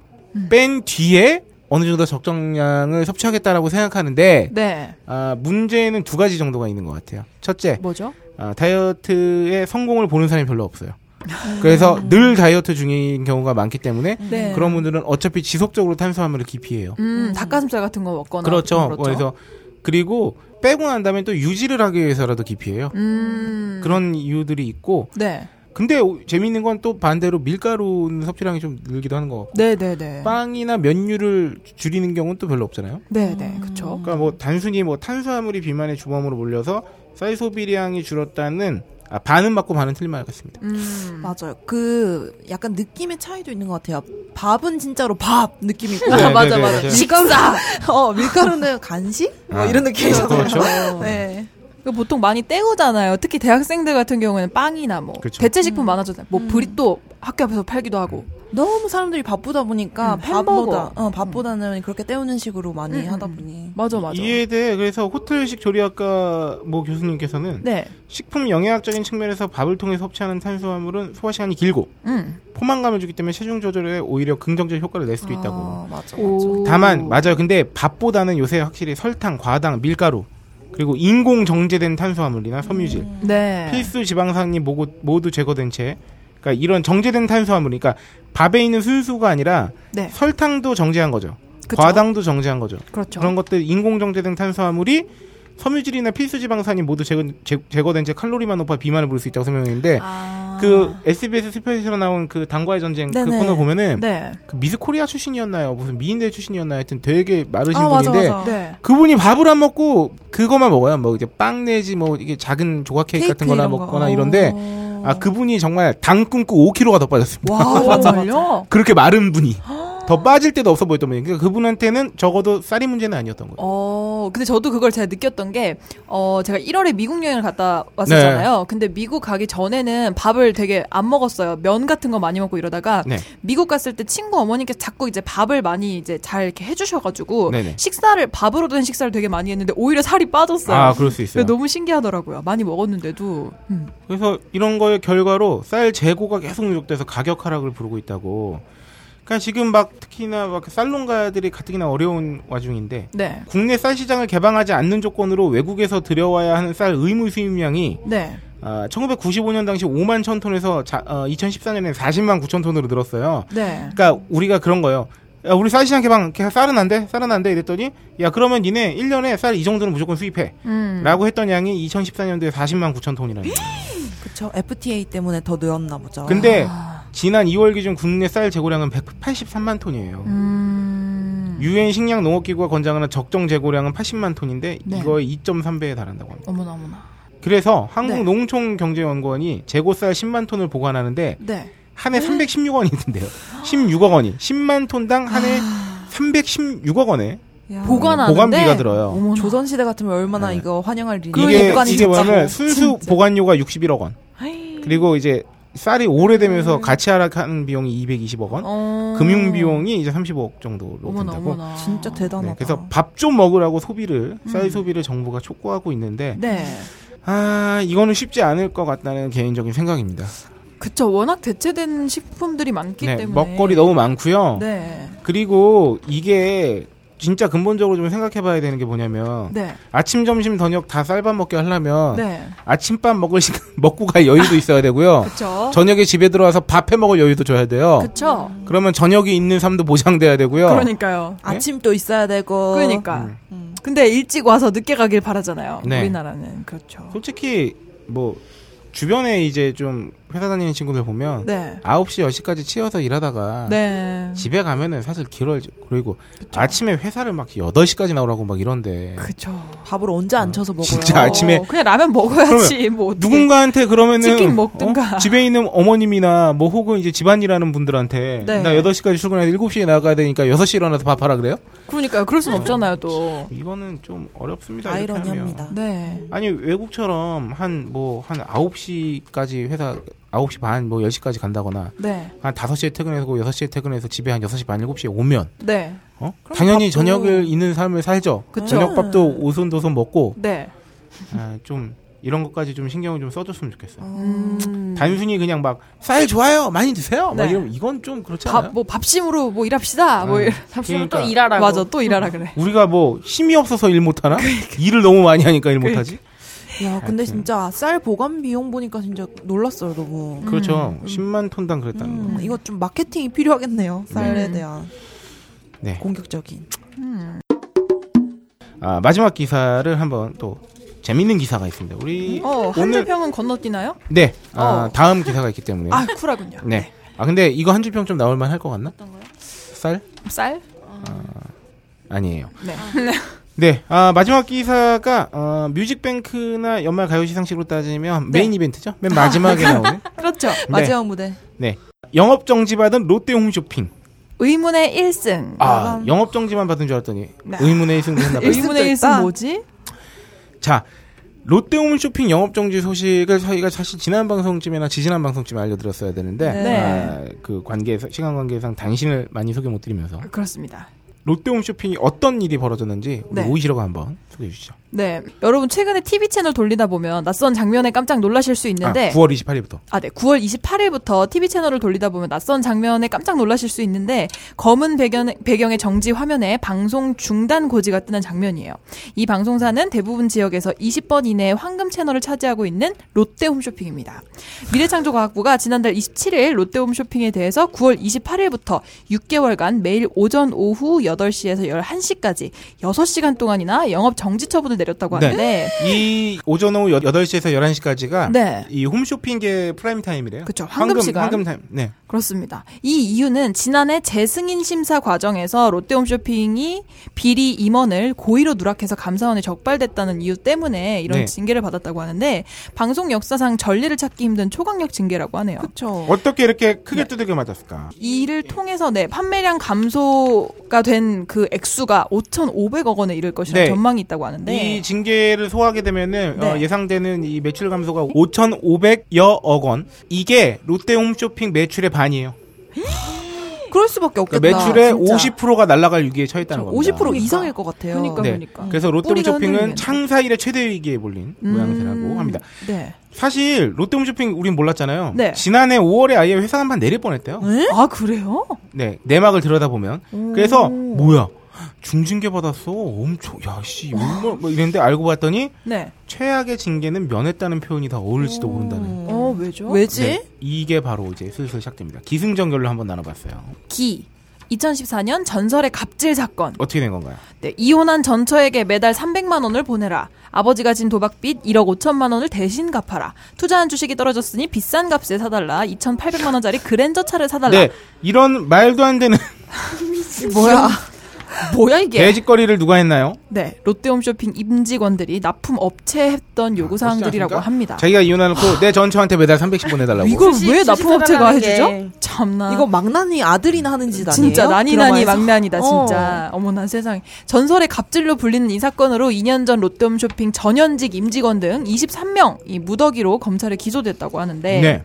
A: 뺀 뒤에 어느 정도 적정량을 섭취하겠다라고 생각하는데
B: 네.
A: 아, 문제는 두 가지 정도가 있는 것 같아요. 첫째,
B: 뭐죠?
A: 아, 다이어트의 성공을 보는 사람이 별로 없어요. 그래서 늘 다이어트 중인 경우가 많기 때문에
B: 음. 네.
A: 음. 그런 분들은 어차피 지속적으로 탄수화물을 기피해요.
B: 음, 닭가슴살 같은 거 먹거나.
A: 그렇죠.
B: 그렇죠.
A: 그래서 그리고 빼고 난 다음에 또 유지를 하기 위해서라도 기피해요.
B: 음.
A: 그런 이유들이 있고
B: 네.
A: 근데 오- 재밌는 건 또 반대로 밀가루 섭취량이 좀 늘기도 하는 것 같고
B: 네네네.
A: 빵이나 면류를 주- 줄이는 경우는 또 별로 없잖아요.
B: 네네. 그쵸.
A: 그러니까 뭐 단순히 뭐 탄수화물이 비만의 주범으로 몰려서 쌀 소비량이 줄었다는 아, 반은 맞고 반은 틀린 말 같습니다.
B: 음.
C: 맞아요. 그 약간 느낌의 차이도 있는 것 같아요. 밥은 진짜로 밥 느낌이 있고
A: 네,
B: 맞아,
A: 네, 네,
B: 맞아.
A: 네.
C: 밀가루 어 밀가루는 간식 뭐
A: 아,
C: 이런 느낌이잖아요.
A: 그렇죠.
C: 네.
B: 그 보통 많이 때우잖아요. 특히 대학생들 같은 경우에는 빵이나 뭐
A: 그쵸.
B: 대체
C: 음.
B: 식품 많아졌잖아요. 뭐 브리또 학교 앞에서 팔기도 하고.
C: 너무 사람들이 바쁘다 보니까
B: 음, 햄버거.
C: 밥보다 어, 밥보다는 그렇게 때우는 식으로 많이
B: 음,
C: 하다
B: 음.
C: 보니
B: 맞아 맞아.
A: 이에 대해 그래서 호텔식 조리학과 뭐 교수님께서는
B: 네.
A: 식품 영양학적인 측면에서 밥을 통해 섭취하는 탄수화물은 소화 시간이 길고
B: 음.
A: 포만감을 주기 때문에 체중 조절에 오히려 긍정적 효과를 낼 수도 있다고.
C: 아, 맞아.
A: 다만 맞아요. 근데 밥보다는 요새 확실히 설탕, 과당, 밀가루 그리고 인공 정제된 탄수화물이나 섬유질
B: 네.
A: 필수 지방산이 모두, 모두 제거된 채 그러니까 이런 정제된 탄수화물 그러니까 밥에 있는 순수가 아니라
B: 네.
A: 설탕도 정제한 거죠.
B: 그쵸?
A: 과당도 정제한 거죠.
B: 그렇죠.
A: 그런 것들 인공 정제된 탄수화물이 섬유질이나 필수 지방산이 모두 제거, 된채 칼로리만 높아 비만을 부를 수 있다고 설명했는데
B: 아.
A: 그 SBS 스페셜에서 나온 그 당과의 전쟁 그
C: 네네.
A: 코너 보면은
B: 네.
A: 그 미스 코리아 출신이었나요? 무슨 미인대 출신이었나요? 하여튼 되게 마르신
C: 아, 맞아,
A: 분인데
C: 맞아.
B: 네.
A: 그분이 밥을 안 먹고 그거만 먹어요. 뭐 이제 빵 내지 뭐 이게 작은 조각 케이크
C: 케이크
A: 같은 거나
C: 이런 거. 어.
A: 먹거나 이런데 아 그분이 정말 당 끊고 5kg가 더 빠졌습니다.
C: 와,
B: 아,
C: 맞아, 맞아.
B: 정말요?
A: 그렇게 마른 분이
C: 아.
A: 더 빠질 데도 없어 보였던 분이. 그러니까 그분한테는 적어도 쌀이 문제는 아니었던 거예요.
B: 어, 근데 저도 그걸 제가 느꼈던 게, 어, 제가 1월에 미국 여행을 갔다 왔었잖아요.
A: 네.
B: 근데 미국 가기 전에는 밥을 되게 안 먹었어요. 면 같은 거 많이 먹고 이러다가,
A: 네.
B: 미국 갔을 때 친구 어머니께서 자꾸 이제 밥을 많이 이제 잘 이렇게 해주셔가지고,
A: 네네.
B: 식사를, 밥으로 된 식사를 되게 많이 했는데, 오히려 살이 빠졌어요.
A: 아 그럴 수 있어요.
B: 근데 너무 신기하더라고요. 많이 먹었는데도. 음.
A: 그래서 이런 거의 결과로 쌀 재고가 계속 누적돼서 가격 하락을 부르고 있다고. 그러니까 지금 막 특히나 막 쌀농가들이 가뜩이나 어려운 와중인데
B: 네.
A: 국내 쌀 시장을 개방하지 않는 조건으로 외국에서 들여와야 하는 쌀 의무 수입량이
B: 네.
A: 아, 1995년 당시 5만 천 톤에서 자, 어, 2014년에 40만 9천 톤으로 늘었어요.
B: 네.
A: 그러니까 우리가 그런 거예요. 야, 우리 쌀 시장 개방 걔 쌀은 안 돼, 쌀은 안 돼. 이랬더니 야 그러면 니네 1년에 쌀 이 정도는 무조건 수입해.라고
B: 음.
A: 했던 양이 2014년도에 40만 9천 톤이라는. 거예요.
C: 그쵸. FTA 때문에 더 늘었나
B: 아.
C: 보죠.
A: 근데 지난 2월 기준 국내 쌀 재고량은 183만 톤이에요.
B: 음.
A: 유엔 식량 농업기구가 권장하는 적정 재고량은 80만 톤인데
B: 네.
A: 이거의 2.3배에 달한다고 합니다.
B: 어머나, 어머나.
A: 그래서 한국
B: 네.
A: 농촌경제연구원이 재고쌀 10만 톤을 보관하는데
B: 네.
A: 한 해 316원이 든대요. 16억 원이 10만 톤당 한 해 316억 원에
C: 야.
B: 아. 보관하는데.
A: 보관비가 들어요.
B: 어머나.
C: 조선시대 같으면 얼마나
A: 네.
C: 이거 환영할 일이
A: 이게
B: 보관이
A: 이게 뭐냐면
B: 진짜고.
A: 순수 보관료가 61억 원. 그리고 이제 쌀이 오래되면서 가치 하락하는 비용이 220억 원.
B: 음. 어.
A: 금융 비용이 이제 35억 정도로
B: 어머나,
A: 든다고.
B: 어머나. 음.
C: 진짜 대단하다.
A: 네, 그래서 밥 좀 먹으라고 소비를 쌀 소비를 정부가 촉구하고 있는데
B: 네.
A: 아 이거는 쉽지 않을 것 같다는 개인적인 생각입니다.
B: 그쵸. 워낙 대체된 식품들이 많기
A: 네,
B: 때문에.
A: 먹거리 너무 많고요.
B: 네.
A: 그리고 이게 진짜 근본적으로 좀 생각해봐야 되는 게 뭐냐면
B: 네.
A: 아침 점심 저녁 다 쌀밥 먹게 하려면
B: 네.
A: 아침밥 먹을 시간 먹고 갈 여유도 있어야 되고요.
B: 그쵸.
A: 저녁에 집에 들어와서 밥 해 먹을 여유도 줘야 돼요.
B: 그쵸.
A: 그러면 저녁이 있는 삶도 보장돼야 되고요.
B: 그러니까요.
C: 아침도 있어야 되고.
B: 그러니까.
A: 음.
C: 음.
B: 근데 일찍 와서 늦게 가길 바라잖아요.
A: 네.
B: 우리나라는. 그렇죠.
A: 솔직히 뭐 주변에 이제 좀 회사 다니는 친구들 보면
B: 네.
A: 9시 10시까지 치여서 일하다가
B: 네.
A: 집에 가면은 사실 길어야죠. 그리고 아침에 회사를 막 8시까지 나오라고 막 이런데
B: 그쵸.
C: 밥을 언제 안 쳐서 먹어요?
A: 진짜 아침에
B: 어, 그냥 라면 먹어야지. 뭐. 어떻게.
A: 누군가한테 그러면은
B: 치킨 먹든가.
A: 어? 집에 있는 어머님이나 뭐 혹은 이제 집안일하는 분들한테
B: 네.
A: 나 8시까지 출근해서 7시에 나가야 되니까 6시에 일어나서 밥하라 그래요?
B: 그러니까요. 그럴
A: 어.
B: 순 없잖아요, 또.
A: 이거는 좀 어렵습니다. 이렇게 하면.
C: 아이러니합니다.
B: 네.
A: 아니 외국처럼 한 뭐 한 9시까지 회사 9시 반 뭐 10시까지 간다거나
B: 네.
A: 한 5시에 퇴근해서 그 6시에 퇴근해서 집에 한 6시 반 7시에 오면
B: 네.
A: 어? 당연히
C: 밥도-
A: 저녁을 있는 삶을 살죠.
B: 그쵸.
A: 저녁밥도 오손도손 먹고
B: 네.
A: 아, 좀 이런 것까지 좀 신경을 좀 써줬으면 좋겠어요.
B: 음.
A: 단순히 그냥 막 쌀 좋아요, 많이 드세요. 막
B: 네.
A: 이러면 이건 좀 그렇지 않아요?
B: 밥, 뭐, 밥심으로 뭐 일합시다. 뭐,
A: 아,
B: 이런.
D: 잡수면
A: 그러니까.
D: 또 일하라고.
B: 맞아. 또 일하라 그래.
A: 우리가 뭐 힘이 없어서 일 못하나?
B: 그러니까.
A: 일을 너무 많이 하니까 일 못하지.
C: 야, 근데
A: 하여튼.
C: 진짜 쌀 보관 비용 보니까 진짜 놀랐어요, 너무.
B: 그러니까.
A: 그렇죠
B: 음,
A: 10만 톤당 그랬다는
C: 음,
A: 거.
C: 이거 좀 마케팅이 필요하겠네요. 쌀에
B: 네.
C: 대한
A: 네.
C: 공격적인.
A: 아, 마지막 기사를 한번 또 재밌는 기사가 있습니다. 우리
B: 어, 한
A: 오늘
B: 줄평은 건너뛰나요?
A: 네. 아,
B: 어.
A: 다음 기사가 있기 때문에.
B: 아, 쿨하군요.
A: 네. 아, 근데 이거 한 줄평 좀 나올 만할 것 같나? 쌀?
B: 쌀?
A: 아니에요.
B: 네.
A: 네, 아, 마지막 기사가 어, 뮤직뱅크나 연말 가요 시상식으로 따지면
B: 네.
A: 메인 이벤트죠. 맨 마지막에 나오는.
B: 그렇죠.
C: 마지막 무대.
A: 네, 영업 정지 받은 롯데 홈쇼핑.
B: 의문의 1승.
A: 아, 영업 정지만 받은 줄 알았더니
B: 네.
A: 의문의 1승도 했나 봐요.
C: 일승.
B: 의문의
C: 있다?
B: 1승 뭐지?
A: 자, 롯데홈 쇼핑 영업정지 소식을 저희가 사실 지난 방송쯤이나 지지난 방송쯤에 알려드렸어야 되는데
C: 네.
A: 아, 그 관계 시간 관계상 당신을 많이 소개 못 드리면서
B: 그렇습니다.
A: 롯데홈 쇼핑이 어떤 일이 벌어졌는지 우리
B: 네.
A: 오이시러가 한번 소개해 주시죠.
B: 네. 여러분 최근에 TV 채널 돌리다 보면 낯선 장면에 깜짝 놀라실 수 있는데
A: 아, 9월 28일부터
B: 아, 네. 9월 28일부터 TV 채널을 돌리다 보면 낯선 장면에 깜짝 놀라실 수 있는데 검은 배경, 배경의 정지 화면에 방송 중단 고지가 뜨는 장면이에요. 이 방송사는 대부분 지역에서 20번 이내의 황금 채널을 차지하고 있는 롯데 홈쇼핑입니다. 미래창조과학부가 지난달 27일 롯데 홈쇼핑에 대해서 9월 28일부터 6개월간 매일 오전 오후 8시에서 11시까지 6시간 동안이나 영업 정지 처분을 내렸다고
A: 네.
B: 하는데
A: 이 오전 오후 8시에서 11시까지가
B: 네.
A: 이 홈쇼핑계 프라임 타임이래요.
B: 그쵸, 황금 시간.
A: 황금 타임. 네.
B: 그렇습니다. 이 이유는 지난해 재승인 심사 과정에서 롯데홈쇼핑이 비리 임원을 고의로 누락해서 감사원에 적발됐다는 이유 때문에 이런
A: 네.
B: 징계를 받았다고 하는데 방송 역사상 전례를 찾기 힘든 초강력 징계라고 하네요.
C: 그렇죠.
A: 어떻게 이렇게
B: 네.
A: 크게 두들겨 맞았을까?
B: 이를 통해서 네 판매량 감소가 된 그 액수가 5,500억 원에 이를 것이라는
A: 네.
B: 전망이 있다고 하는데
A: 이 징계를 소화하게 되면은
B: 네.
A: 어, 예상되는 이 매출 감소가 5,500여억 원. 이게 롯데홈쇼핑 매출의 반이에요.
C: 그럴 수밖에 없겠다.
A: 그러니까 매출의
C: 진짜.
A: 50%가 날아갈 위기에 처했다는 겁니다.
C: 50% 이상일 것 같아요.
B: 그러니까
A: 네.
B: 그러니까 뿌리가
A: 그래서
B: 음.
A: 롯데홈쇼핑은
B: 흔들리면.
A: 창사 일의 최대 위기에 몰린 모양새라고 합니다.
B: 네.
A: 사실 롯데홈쇼핑 우린 몰랐잖아요.
B: 네.
A: 지난해 5월에 아예 회사 한판 내릴 뻔했대요.
B: 아 그래요?
A: 네, 내막을 들여다보면. 그래서 뭐야? 중징계 받았어. 엄청 야씨 얼마 뭐 이랬는데 알고 봤더니
B: 네.
A: 최악의 징계는 면했다는 표현이 더 어울릴지도 모른다는.
B: 어 왜죠?
C: 왜지?
A: 네, 이게 바로 이제 슬슬 시작됩니다. 기승전결로 한번 나눠봤어요.
B: 기 2014년 전설의 갑질 사건.
A: 어떻게 된 건가요?
B: 네, 이혼한 전처에게 매달 300만 원을 보내라. 아버지가 진 도박빚 1억 5천만 원을 대신 갚아라. 투자한 주식이 떨어졌으니 비싼 값에 사달라. 2,800만 원짜리 그랜저 차를 사달라.
A: 네, 이런 말도 안 되는
B: 뭐야? 뭐야 이게?
A: 개짓거리를 누가 했나요?
B: 네, 롯데홈쇼핑 임직원들이 납품 업체
A: 아,
B: 했던 요구 사항들이라고
A: 어찌하십니까?
B: 합니다.
A: 자기가 이혼해놓고 내 전처한테 매달 300씩 보내달라고.
B: 이걸
D: 주식,
B: 왜
D: 주식
B: 납품 업체가
D: 사달라는 게.
B: 해주죠? 참나.
C: 이거 막난이 아들이나 하는 짓 아니에요?
B: 진짜 난이난이
C: 드라마에서?
B: 막난이다
C: 어.
B: 진짜 어머나 세상에 전설의 갑질로 불리는 이 사건으로 2년 전 롯데홈쇼핑 전현직 임직원 등 23명이 무더기로 검찰에 기소됐다고 하는데
A: 네.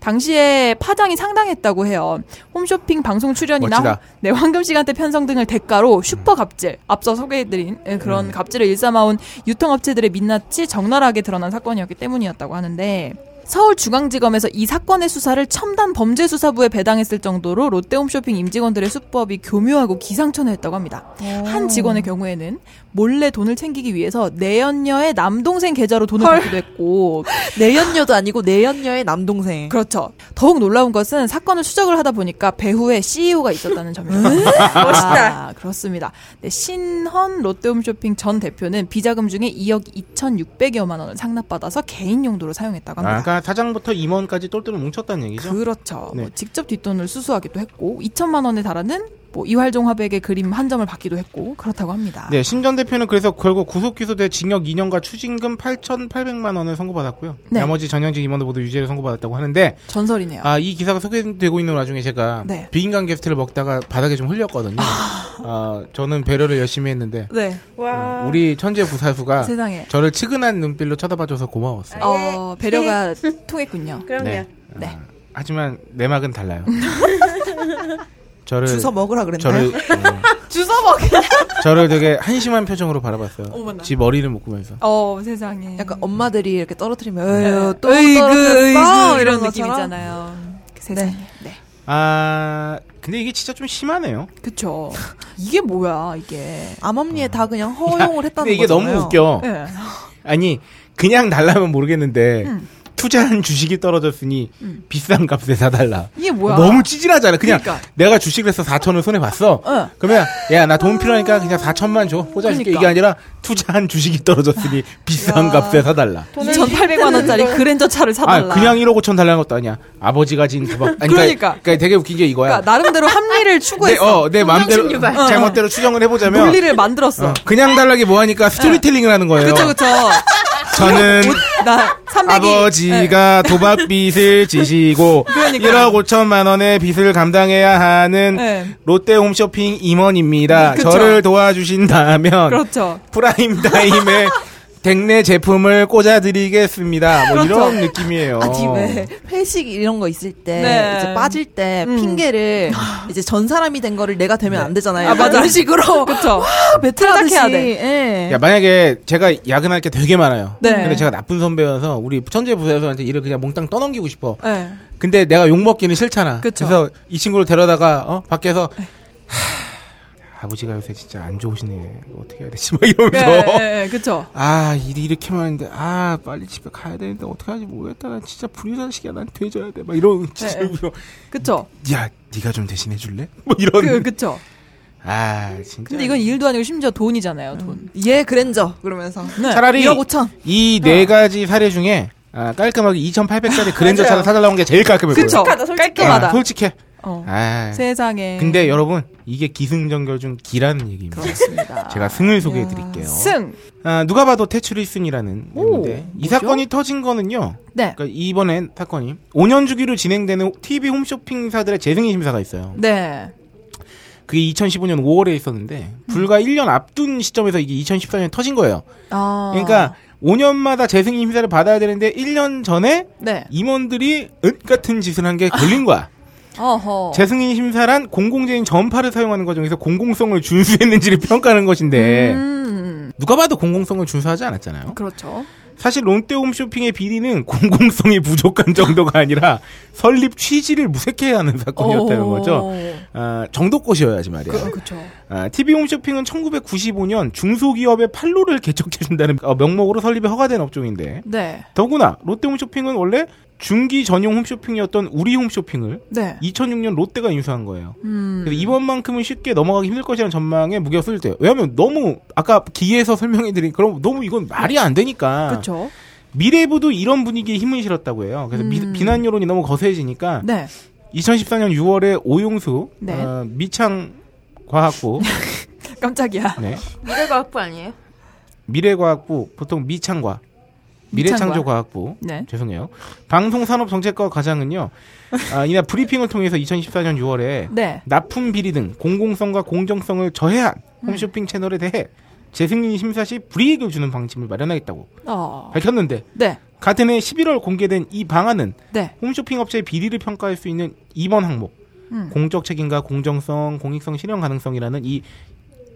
B: 당시에 파장이 상당했다고 해요 홈쇼핑 방송 출연이나
A: 멋지다. 음.
B: 네, 황금 시간대 편성 등을 대가로 슈퍼 갑질 앞서 소개해드린 예, 그런 갑질을 일삼아온 유통업체들의 민낯이 적나라하게 드러난 사건이었기 때문이었다고 하는데 서울중앙지검에서 이 사건의 수사를 첨단 범죄수사부에 배당했을 정도로 롯데홈쇼핑 임직원들의 수법이 교묘하고 기상천외했다고 합니다. 한 직원의 경우에는 몰래 돈을 챙기기 위해서 내연녀의 남동생 계좌로 돈을 받기도 했고
C: 내연녀도 아니고 내연녀의 남동생.
B: 그렇죠. 더욱 놀라운 것은 사건을 수적을 하다 보니까 배후에 CEO가 있었다는 점입니다. 멋있다. 그렇습니다. 네, 신헌 롯데홈쇼핑 전 대표는 비자금 중에 2억 2,600여만 원을 상납받아서 개인 용도로 사용했다고 합니다.
A: 아까 사장부터 임원까지 똘똘 뭉쳤다는 얘기죠.
B: 그렇죠.
A: 네.
B: 뭐 직접 뒷돈을 수수하기도 했고 2천만 원에 달하는 뭐 이활종 화백의 그림 한 점을 받기도 했고 그렇다고 합니다.
A: 네, 신전 대표는 그래서 결국 구속 기소돼 징역 2년과 추징금 8,800만 원을 선고받았고요.
B: 네.
A: 나머지 전현직 임원들 모두 유죄를 선고받았다고 하는데
B: 전설이네요.
A: 아, 이 기사가 소개되고 있는 와중에 제가
B: 네.
A: 비인간 게스트를 먹다가 바닥에 좀 흘렸거든요. 아, 저는 배려를 열심히 했는데
B: 네.
A: 음, 우리 천재 부사수가
B: 세상에.
A: 저를 측은한 눈빛로 쳐다봐줘서 고마웠어요.
B: 어, 배려가 통했군요.
D: 그럼요.
A: 아,
B: 네.
A: 하지만 내막은 달라요. 저를
C: 주워 먹으라 그랬나요?
A: 저를 어,
B: 주워 먹.
A: 저를 되게 한심한 표정으로 바라봤어요.
B: 어머나.
A: 지 머리를 묶으면서.
B: 어, 세상에.
C: 약간 엄마들이 이렇게 떨어뜨리면 음.
A: 네.
C: 에휴 또
B: 으이그,
C: 떨어뜨렸어
B: 아, 으이그
C: 이런
B: 이런
C: 것처럼.
B: 느낌이잖아요. 그 세상에. 네.
A: 아 근데 이게 진짜 좀 심하네요.
C: 어.
B: 그쵸. 이게 뭐야, 이게.
C: 암암리에 다 그냥 허용을 했다는
A: 근데 이게
C: 거잖아요.
A: 너무 웃겨.
B: 예.
A: 아니 그냥 달라면 모르겠는데
B: 음.
A: 투자한 주식이 떨어졌으니 비싼 값에 사달라.
B: 이게 뭐야.
A: 너무 찌질하잖아. 그냥
B: 그러니까.
A: 내가 주식을 해서 4천 원 손해 봤어.
B: 어.
A: 그러면 야 나 돈 필요하니까 그냥 4천만 줘. 꽂아줄게.
B: 그러니까.
A: 이게 아니라 투자한 주식이 떨어졌으니 비싼 값에 사달라.
B: 2,800만 원짜리 그랜저 차를
A: 아
B: 사달라.
A: 그냥 1억 5천 달라는 것도 아니야. 아버지가 진 도박. 아니,
B: 그러니까.
A: 그러니까 되게 웃긴 게 이거야.
B: 그러니까 나름대로 합리를
A: 내,
B: 추구했어.
A: 어, 내 마음대로 잘못대로 추정을 해보자면
B: 논리를 만들었어.
A: 어, 그냥 달라기 뭐하니까 스토리텔링을 하는 거예요.
B: 그쵸, 그쵸.
A: 저는
B: 나 300이. 예,
A: 아버지가
B: 네.
A: 도박빚을 지시고 1억 5천만 원의 빚을 감당해야 하는
B: 네. 음,
A: 롯데 홈쇼핑 임원입니다.
B: 그쵸.
A: 저를 도와주신다면
B: 그렇죠.
A: 프라임 타임에 댁내 제품을 꽂아드리겠습니다. 뭐
B: 그렇죠.
A: 이런 느낌이에요.
C: 아니 왜 회식 이런 거 있을 때
B: 네.
C: 이제 빠질 때
B: 음.
C: 핑계를 이제 전 사람이 된 거를 내가 되면 안 네. 되잖아요.
B: 아, 맞아.
C: 이런 식으로
B: 그렇죠.
C: 배틀하듯이
B: 해야
C: 예.
B: 돼.
A: 야, 만약에 제가 야근할 게 되게 많아요.
B: 네.
A: 근데 제가 나쁜 선배여서 우리 천재 부사수한테 일을 그냥 몽땅 떠넘기고 싶어.
B: 네.
A: 근데 내가 욕 먹기는 싫잖아.
B: 그쵸. 네.
A: 그래서 이 친구를 데려다가 어? 밖에서 하, 아버지가 요새 진짜 안 좋으시네. 어떻게 해야 되지? 막
B: 예,
A: 이러면서
B: 예, 예, 그쵸.
A: 아 일이 이렇게 많은데 아 빨리 집에 가야 되는데 어떻게 하지 모르겠다. 난 진짜 불효자식이야. 난 되져야 돼. 막 이런 진짜
B: 네.
A: 울면서
B: 그쵸.
A: 야 네가 좀 대신해 줄래? 뭐 이런
B: 그, 그쵸.
A: 아 진짜.
B: 근데 이건 일도 아니고 심지어 돈이잖아요, 돈.
C: 예 그랜저 그러면서
B: 음. 네.
A: 차라리
C: 1억 5천
A: 이
B: 어.
A: 네 가지 사례 중에 아, 깔끔하게 2,800짜리 그랜저 차를 사달라는 게 제일 깔끔해 보여요.
B: 그쵸.
D: 솔직하다, 솔직해.
A: 아,
B: 깔끔하다.
A: 솔직해.
B: 어.
A: 아,
B: 세상에.
A: 근데 여러분 이게 기승전결 중 기라는 얘기입니다.
C: 예. 그렇습니다.
A: 제가 승을 소개해 드릴게요.
B: 승.
A: 아, 누가 봐도 퇴출이 승이라는
C: 오,
A: 내용인데 이
C: 뭐죠?
A: 사건이 터진 거는요.
B: 네.
A: 그러니까 이번엔 사건이 5년 주기로 진행되는 TV 홈쇼핑사들의 재승인 심사가 있어요.
B: 네.
A: 그게 2015년 5월에 있었는데
C: 음.
A: 불과 1년 앞둔 시점에서 이게 2014년에 터진 거예요.
B: 아.
A: 그러니까 5년마다 재승인 심사를 받아야 되는데 1년 전에
B: 네.
A: 임원들이 은 같은 짓을 한 게 걸린 거야.
B: 어허.
A: 재승인 심사란 공공재인 전파를 사용하는 과정에서 공공성을 준수했는지를 평가하는 것인데
B: 음.
A: 누가 봐도 공공성을 준수하지 않았잖아요.
B: 그렇죠.
A: 사실 롯데홈쇼핑의 비리는 공공성이 부족한 정도가 아니라 설립 취지를 무색해야 하는 사건이었다는
B: 오.
A: 거죠. 아, 정도껏이어야지 말이야.
B: 그, 그쵸.
A: 아, TV홈쇼핑은 1995년 중소기업의 판로를 개척해준다는 어, 명목으로 설립이 허가된 업종인데
B: 네.
A: 더구나 롯데홈쇼핑은 원래 중기 전용 홈쇼핑이었던 우리 홈쇼핑을
B: 네.
A: 2006년 롯데가 인수한 거예요.
B: 음.
A: 그래서 이번만큼은 쉽게 넘어가기 힘들 것이라는 전망에 무게가 쏠려요. 왜냐하면 너무 아까 기에서 설명해드린 그럼 너무 이건 말이 안 되니까
B: 그쵸.
A: 미래부도 이런 분위기에 힘을 실었다고 해요. 그래서 미-
B: 음.
A: 비난 여론이 너무 거세지니까
B: 네.
A: 2014년 6월에 오용수
B: 네.
A: 어, 미창 과학부
B: 깜짝이야.
A: 네.
D: 미래과학부 아니에요?
A: 미래과학부 보통 미창과 미래창조과학부
B: 네.
A: 죄송해요 방송산업정책과 과장은요 아, 이날 브리핑을 통해서 2014년 6월에
B: 네.
A: 납품 비리 등 공공성과 공정성을 저해한 홈쇼핑 채널에 대해 재승인 심사 시 불이익을 주는 방침을 마련하겠다고
B: 어.
A: 밝혔는데
B: 네.
A: 같은 해 11월 공개된 이 방안은
B: 네.
A: 홈쇼핑 업체의 비리를 평가할 수 있는 2번 항목
B: 음.
A: 공적 책임과 공정성, 공익성 실현 가능성이라는 이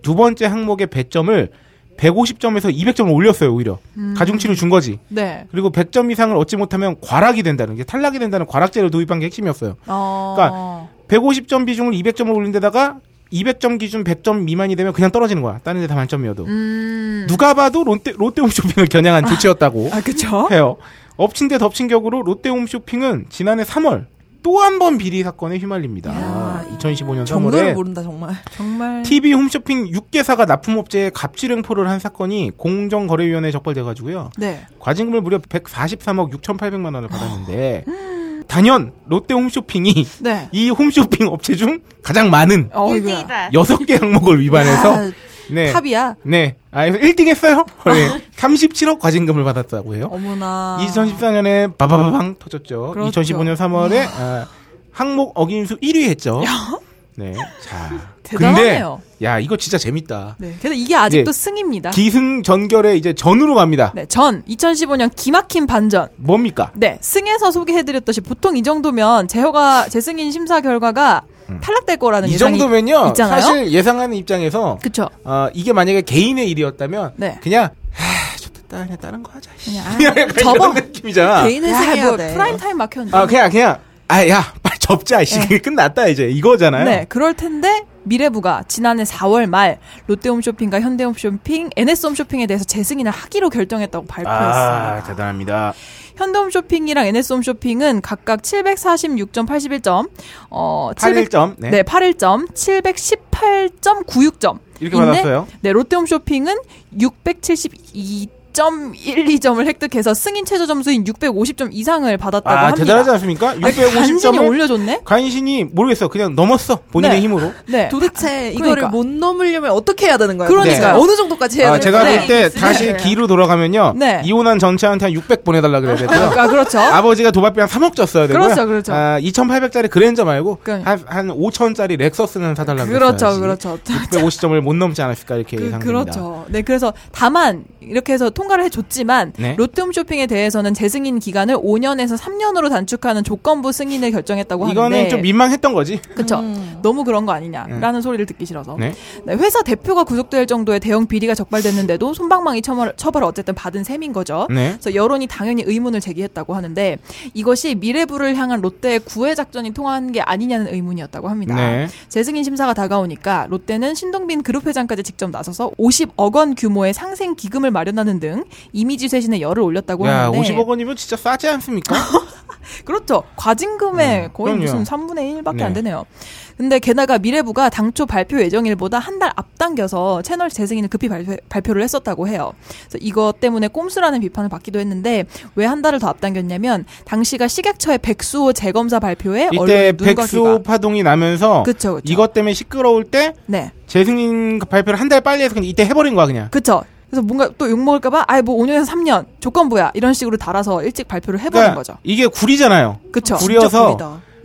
A: 두 번째 항목의 배점을 150점에서 200점을 올렸어요 오히려 가중치를 준 거지
B: 네.
A: 그리고 100점 이상을 얻지 못하면 과락이 된다는 게 탈락이 된다는 과락제를 도입한 게 핵심이었어요
B: 어.
A: 그러니까 150점 비중을 200점을 올린 데다가 200점 기준 100점 미만이 되면 그냥 떨어지는 거야 다른 데 다 만점이어도
B: 음.
A: 누가 봐도 롯데, 롯데홈쇼핑을 겨냥한 조치였다고
B: 아, 그쵸.
A: 해요. 엎친 데 덮친 격으로 롯데홈쇼핑은 지난해 3월 또 한 번 비리 사건에 휘말립니다. 2015년
C: 정도를
A: 3월에
C: 모른다 정말.
B: 정말.
A: TV 홈쇼핑 6개사가 납품업체에 갑질횡포를 한 사건이 공정거래위원회에 적발돼가지고요.
B: 네.
A: 과징금을 무려 143억 6,800만 원을 받았는데 단연 롯데홈쇼핑이
B: 네.
A: 이 홈쇼핑 업체 중 가장 많은
B: 어, 이거.
A: 6개 항목을 위반해서
C: 아,
A: 네.
C: 탑이야.
A: 네. 아, 1등 했어요? 네. 37억 과징금을 받았다고 해요.
C: 어머나.
A: 2014년에 바바바방 터졌죠.
B: 아. 그렇죠.
A: 2015년 3월에 아, 항목 어긴수 1위 했죠. 네. 자.
B: 대단하네요.
A: 근데 야, 이거 진짜 재밌다.
B: 네. 그래서 이게 아직도
A: 예.
B: 승입니다.
A: 기승 전결에 이제 전으로 갑니다.
B: 네. 전 2015년 기막힌 반전.
A: 뭡니까?
B: 네, 승에서 소개해드렸듯이 보통 이 정도면 재허가 재승인 심사 결과가 탈락될 거라는
A: 음. 이
B: 예상이
A: 정도면요.
B: 있잖아요.
A: 사실 예상하는 입장에서
B: 그쵸.
A: 어, 이게 만약에 개인의 일이었다면
B: 네.
A: 그냥 하, 좋겠다. 그냥 다른 거 하자. 씨.
B: 그냥, 아,
A: 그냥 약간
B: 접어.
A: 이런 느낌이잖아.
C: 개인 회생해야
B: 뭐
C: 돼.
B: 프라임 타임 막혔는데.
A: 네. 아, 그냥 그냥 아, 야, 빨리 접자. 씨. 그게 끝났다 이제. 이거잖아요.
B: 네, 그럴 텐데 미래부가 지난해 4월 말 롯데홈쇼핑과 현대홈쇼핑, NS홈쇼핑에 대해서 재승인을 하기로 결정했다고 발표했습니다.
A: 아, 대단합니다.
B: 현대홈쇼핑이랑 NS홈쇼핑은 각각 746.81점, 어, 700
A: 81점.
B: 네, 81점, 718.96점.
A: 이렇게 받았어요.
B: 네, 롯데홈쇼핑은 672.12점을 획득해서 승인 최저 점수인 650점 이상을 받았다고
A: 아,
B: 합니다.
A: 대단하지 않습니까?
B: 아니, 간신히
A: 650점을
B: 올려줬네.
A: 간신히 모르겠어. 그냥 넘었어. 본인의
B: 네.
A: 힘으로.
B: 네.
C: 도대체 이거를
B: 그러니까.
C: 못 넘으려면 어떻게 해야 되는 거야?
B: 그러니까요.
C: 도대체? 어느 정도까지 해야
A: 아,
C: 되는
A: 제가
C: 거야?
A: 볼 때 다시 기로 돌아가면요.
B: 네.
A: 이혼한 전체한테 한 600 보내달라 그래야 되고요.
B: 아, 그렇죠.
A: 아버지가 도박비 한 3억 줬어야 되고요.
B: 그렇죠, 그렇죠.
A: 아, 2,800짜리 그랜저 말고
B: 그러니까.
A: 한, 한 5,000짜리 렉서스는 사달라
B: 그렇죠, 그렇죠.
A: 그랬어야지. 650점을 못 넘지 않았을까 이렇게
B: 그,
A: 예상됩니다.
B: 그렇죠. 네, 그래서 다만 이렇게 해서 통과를 해줬지만
A: 네.
B: 로트홈 쇼핑에 대해서는 재승인 기간을 5년에서 3년으로 단축하는 조건부 승인을 결정했다고
A: 이거는
B: 하는데
A: 좀 민망했던 거지.
B: 그쵸 너무 그런 거 아니냐라는 소리를 듣기 싫어서
A: 네.
B: 네, 회사 대표가 구속될 정도의 대형 비리가 적발됐는데도 손방망이 처벌, 처벌을 어쨌든 받은 셈인 거죠.
A: 네.
B: 그래서 여론이 당연히 의문을 제기했다고 하는데 이것이 미래부를 향한 롯데의 구애 작전이 통한 게 아니냐는 의문이었다고 합니다.
A: 네.
B: 재승인 심사가 다가오니까 롯데는 신동빈 그룹 회장까지 직접 나서서 50억 원 규모의 상생 기금을 마련하는 등 이미지 쇄신에 열을 올렸다고 네.
A: 야,
B: 하는데
A: 50억 원이면 진짜 싸지 않습니까?
B: 그렇죠. 과징금의
A: 음,
B: 거의
A: 그럼요.
B: 무슨 3분의 1밖에
A: 네.
B: 안 되네요. 근데 게다가 미래부가 당초 발표 예정일보다 한 달 앞당겨서 채널 재승인을 급히 발표, 를 했었다고 해요. 그래서 이것 때문에 꼼수라는 비판을 받기도 했는데 왜 한 달을 더 앞당겼냐면 당시가 식약처의 백수호 재검사 발표에
A: 이때
B: 언론의 눈과 귀가
A: 백수 파동이 나면서
B: 그쵸, 그쵸.
A: 이것 때문에 시끄러울 때
B: 네,
A: 재승인 발표를 한 달 빨리 해서 그냥 이때 해버린 거야 그냥.
B: 그쵸. 그래서 뭔가 또 욕먹을까봐 아예 뭐 5년에서 3년 조건부야 이런 식으로 달아서 일찍 발표를 해버린
A: 그러니까
B: 거죠.
A: 이게 구리잖아요.
B: 그쵸.
A: 구려서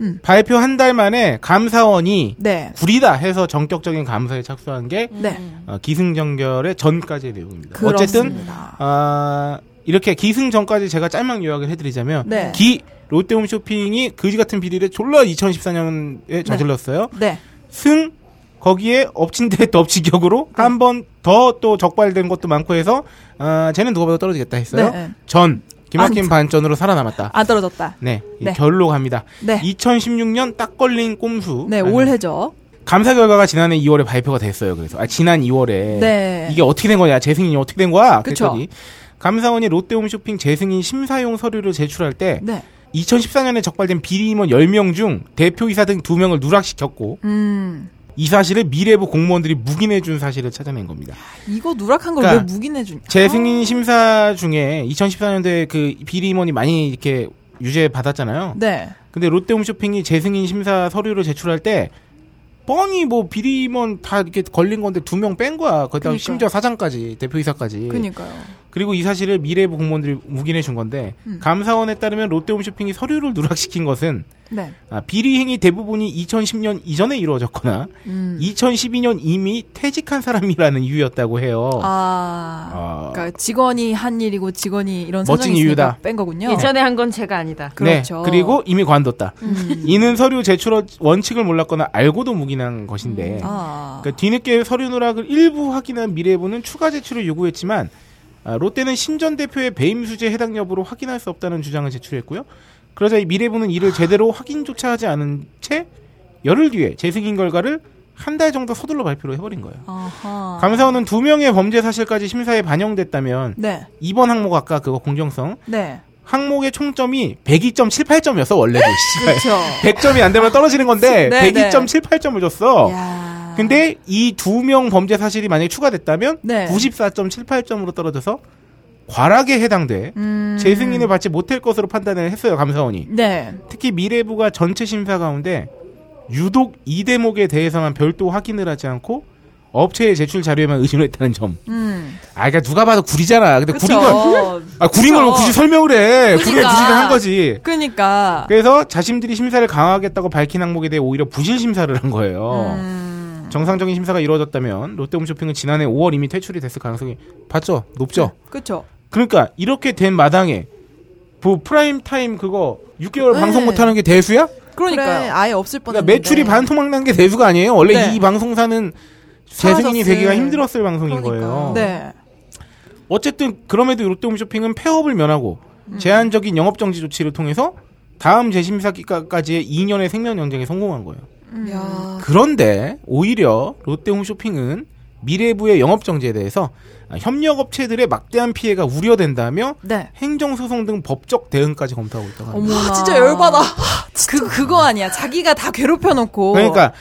B: 음.
A: 발표 한 달 만에 감사원이
B: 네,
A: 구리다 해서 전격적인 감사에 착수한 게
B: 네.
A: 어, 기승전결의 전까지의 내용입니다. 어쨌든
B: 그렇습니다.
A: 아, 이렇게 기승전까지 제가 짤막 요약을 해드리자면
B: 네.
A: 기 롯데홈 쇼핑이 그지 같은 비리를 졸라 2014년에 저질렀어요.
B: 네,
A: 승 거기에 엎친 데 덮치 격으로
B: 네.
A: 한 번 더 또 적발된 것도 많고 해서 아, 쟤는 누가 봐도 떨어지겠다 했어요.
B: 네.
A: 전 김학김
B: 안-
A: 반전으로 살아남았다.
B: 안 떨어졌다.
A: 네, 이
B: 네.
A: 결로 갑니다.
B: 네.
A: 2016년 딱 걸린 꼼수.
B: 네,
A: 라는
B: 올해죠.
A: 감사 결과가 지난해 2월에 발표가 됐어요. 그래서 아 지난 2월에
B: 네.
A: 이게 어떻게 된 거냐 재승인이 어떻게 된 거야?
B: 그쵸.
A: 그랬더니 감사원이 롯데홈쇼핑 재승인 심사용 서류를 제출할 때
B: 네.
A: 2014년에 적발된 비리 임원 10명 중 대표이사 등 2명을 누락시켰고
B: 음.
A: 이 사실을 미래부 공무원들이 묵인해 준 사실을 찾아낸 겁니다.
B: 이거 누락한 걸 왜
A: 그러니까
B: 묵인해 주냐?
A: 재승인 심사 중에 2014년도에 그 비리 임원이 많이 이렇게 유죄 받았잖아요.
B: 네.
A: 근데 롯데홈쇼핑이 재승인 심사 서류를 제출할 때 뻔히 뭐 비리면 다 이렇게 걸린 건데 두 명 뺀 거야. 거기다
B: 그러니까요. 그러니까.
A: 심지어 사장까지 대표이사까지.
B: 그니까요.
A: 리고이 사실을 미래부 공무원들이 묵인해 준 건데
B: 음.
A: 감사원에 따르면 롯데홈쇼핑이 서류를 누락시킨 것은
B: 네.
A: 아, 비리 행위 대부분이 2010년 이전에 이루어졌거나
B: 음.
A: 2012년 이미 퇴직한 사람이라는 이유였다고 해요.
B: 아.
A: 아,
B: 그러니까 직원이 한 일이고 직원이 이런
A: 멋진
B: 사정이 있으니까
A: 이유다.
B: 뺀 거군요.
G: 이전에 한 건 제가 아니다.
B: 그렇죠.
A: 네, 그리고 이미 관뒀다.
B: 음.
A: 이는 서류 제출 원칙을 몰랐거나 알고도 묵인한 것인데
B: 아.
A: 그러니까 뒤늦게 서류 누락을 일부 확인한 미래부는 추가 제출을 요구했지만 아, 롯데는 신전 대표의 배임 수재 해당 여부로 확인할 수 없다는 주장을 제출했고요. 그러자 이 미래부는 이를 제대로 확인조차 하지 않은 채 열흘 뒤에 재승인 결과를 한 달 정도 서둘러 발표를 해버린 거예요.
B: 아하.
A: 감사원은 두 명의 범죄 사실까지 심사에 반영됐다면
B: 네.
A: 이번 항목 아까 그거 공정성
B: 네.
A: 항목의 총점이 102.78점이었어 원래도 씨발.
B: 그렇죠.
A: 100점이 안 되면 떨어지는 건데
B: 네, 네.
A: 102.78점을 줬어.
B: 야.
A: 근데 이 두 명 범죄 사실이 만약에 추가됐다면
B: 네.
A: 94.78점으로 떨어져서 과락에 해당돼
B: 음.
A: 재승인을 받지 못할 것으로 판단을 했어요 감사원이
B: 네.
A: 특히 미래부가 전체 심사 가운데 유독 이 대목에 대해서만 별도 확인을 하지 않고 업체에 제출 자료에만 의심을 했다는 점.
B: 음.
A: 아, 그러니까 누가 봐도 구리잖아. 근데 구린 걸,
B: 그렇죠.
A: 아, 구린 걸
B: 그쵸.
A: 굳이 설명을 해. 그게
B: 그러니까.
A: 굳이 한 거지.
B: 그러니까.
A: 그래서 자신들이 심사를 강화하겠다고 밝힌 항목에 대해 오히려 부실 심사를 한 거예요.
B: 음.
A: 정상적인 심사가 이루어졌다면 롯데홈쇼핑은 지난해 5월 이미 퇴출이 됐을 가능성이 봤죠 높죠.
C: 네.
B: 그렇죠.
A: 그러니까 이렇게 된 마당에 뭐 프라임 타임 그거 6개월
C: 네.
A: 방송 못하는 게 대수야?
C: 그래,
B: 그러니까요.
C: 아예 없을
A: 그러니까
C: 뻔했는데.
A: 매출이 반토막 난 게 대수가 아니에요. 원래
B: 네.
A: 이 방송사는 재승인이
C: 사라졌을.
A: 되기가 힘들었을 방송인
C: 그러니까.
A: 거예요.
B: 네.
A: 어쨌든 그럼에도 롯데홈쇼핑은 폐업을 면하고
B: 음.
A: 제한적인 영업정지 조치를 통해서 다음 재심사 기간까지의 2년의 생명 연장에 성공한 거예요.
B: 음. 아,
C: 야,
A: 그런데 오히려 롯데홈쇼핑은 미래부의 영업 정지에 대해서 협력 업체들의 막대한 피해가 우려된다며
B: 네.
A: 행정 소송 등 법적 대응까지 검토하고 있다고 합니다.
B: 어머. 진짜 열받아. 그 그거 아니야. 자기가 다 괴롭혀 놓고.
A: 그러니까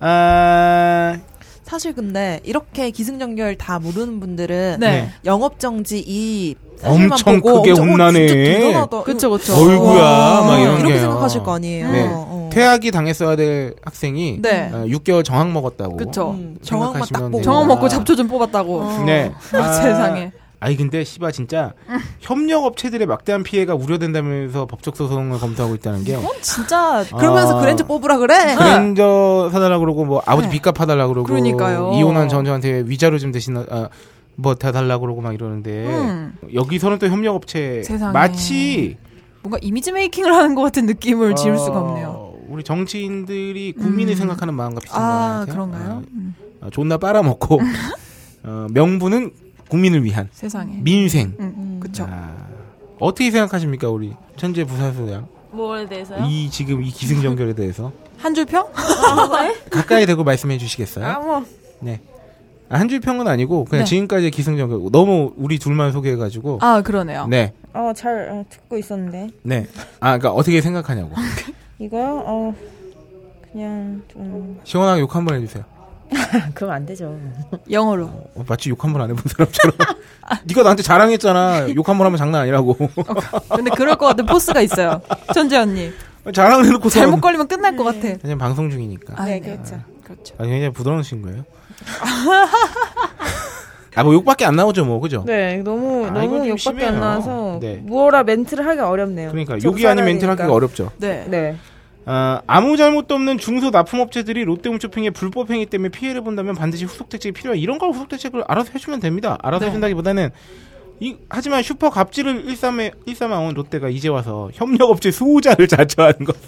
A: 아,
C: 사실 근데 이렇게 기승전결 다 모르는 분들은
B: 네.
C: 영업정지 이 사실만
A: 엄청
C: 보고
A: 크게
C: 엄청, 어,
A: 혼나네.
C: 진짜 든든하다.
B: 그쵸, 그쵸.
A: 어이구야, 막 이런
C: 이렇게
A: 게요.
C: 생각하실 거 아니에요.
A: 네.
C: 어.
A: 퇴학이 당했어야 될 학생이
B: 네.
A: 어, 6개월 정학 먹었다고.
B: 그쵸.
C: 음, 정황만 딱
A: 생각하시면
C: 보고.
B: 정어
A: 됩니다.
B: 먹고 잡초 좀 뽑았다고.
A: 네. 아,
B: 세상에.
A: 아니 근데 씨바 진짜 협력 업체들의 막대한 피해가 우려된다면서 법적 소송을 검토하고 있다는 게
B: 진짜
C: 그러면서
A: 아.
C: 그랜저 뽑으라 그래.
A: 그랜저 사달라 그러고 뭐 아버지
C: 네.
A: 빚 갚아달라 그러고
B: 그러니까요.
A: 이혼한 전저한테 위자료 좀 대신 아, 뭐 다 달라고 그러고 막 이러는데
B: 음.
A: 여기서는 또 협력업체
B: 세상에.
A: 마치
B: 뭔가 이미지 메이킹을 하는 것 같은 느낌을 지울 수가
A: 어,
B: 없네요.
A: 우리 정치인들이 국민을
B: 음.
A: 생각하는 마음과 비슷한
B: 아,
A: 것 같아요.
B: 그런가요? 음,
A: 어, 존나 빨아먹고 어, 명분은 국민을 위한
B: 세상에.
A: 민생.
B: 음, 그쵸.
A: 아, 어떻게 생각하십니까 우리 천재 부사수양?
D: 뭐에 대해서요?
A: 이 지금 이 기승전결에 대해서
B: 한 줄 평?
A: 가까이 대고 말씀해 주시겠어요?
D: 아무
A: 네. 한 줄 평은 아니고 그냥
B: 네.
A: 지금까지의 기승전결 너무 우리 둘만 소개해가지고
B: 아, 그러네요.
A: 네.
G: 어잘 듣고 있었는데
A: 네. 아, 그러니까 어떻게 생각하냐고.
G: 이거요? 어 그냥 좀
A: 시원하게 욕 한 번 해주세요.
G: 그럼 안 되죠.
B: 영어로.
A: 어, 마치 욕 한 번 안 해본 사람처럼. 네가 나한테 자랑했잖아. 욕 한 번 하면 장난 아니라고.
B: 근데 그럴 것 같은 포스가 있어요. 천재 언니.
A: 자랑을 해놓고
B: 잘못 걸리면 끝날 것 같아.
A: 그냥 방송 중이니까.
B: 아,
G: 네, 그렇죠.
B: 그렇죠.
A: 아, 굉장히 부드러운 친구예요. 아, 뭐 욕밖에 안 나오죠, 뭐 그죠?
G: 네 너무
A: 아, 이건
G: 너무
A: 좀
G: 욕밖에
A: 심해요.
G: 안 나와서
A: 네.
G: 무어라 멘트를 하기가 어렵네요.
A: 그러니까
G: 좀
A: 욕이 아닌 멘트를
G: 살아야
A: 하기가 어렵죠.
B: 네.
G: 되니까. 네.
A: 아, 아무 잘못도 없는 중소 납품업체들이 롯데홈쇼핑의 불법 행위 때문에 피해를 본다면 반드시 후속 대책이 필요해. 이런 걸 후속 대책을 알아서 해주면 됩니다. 알아서 해준다기보다는 이, 하지만 슈퍼 갑질을 일삼에 일삼아온 롯데가 이제 와서 협력업체 수호자를 자처하는 것은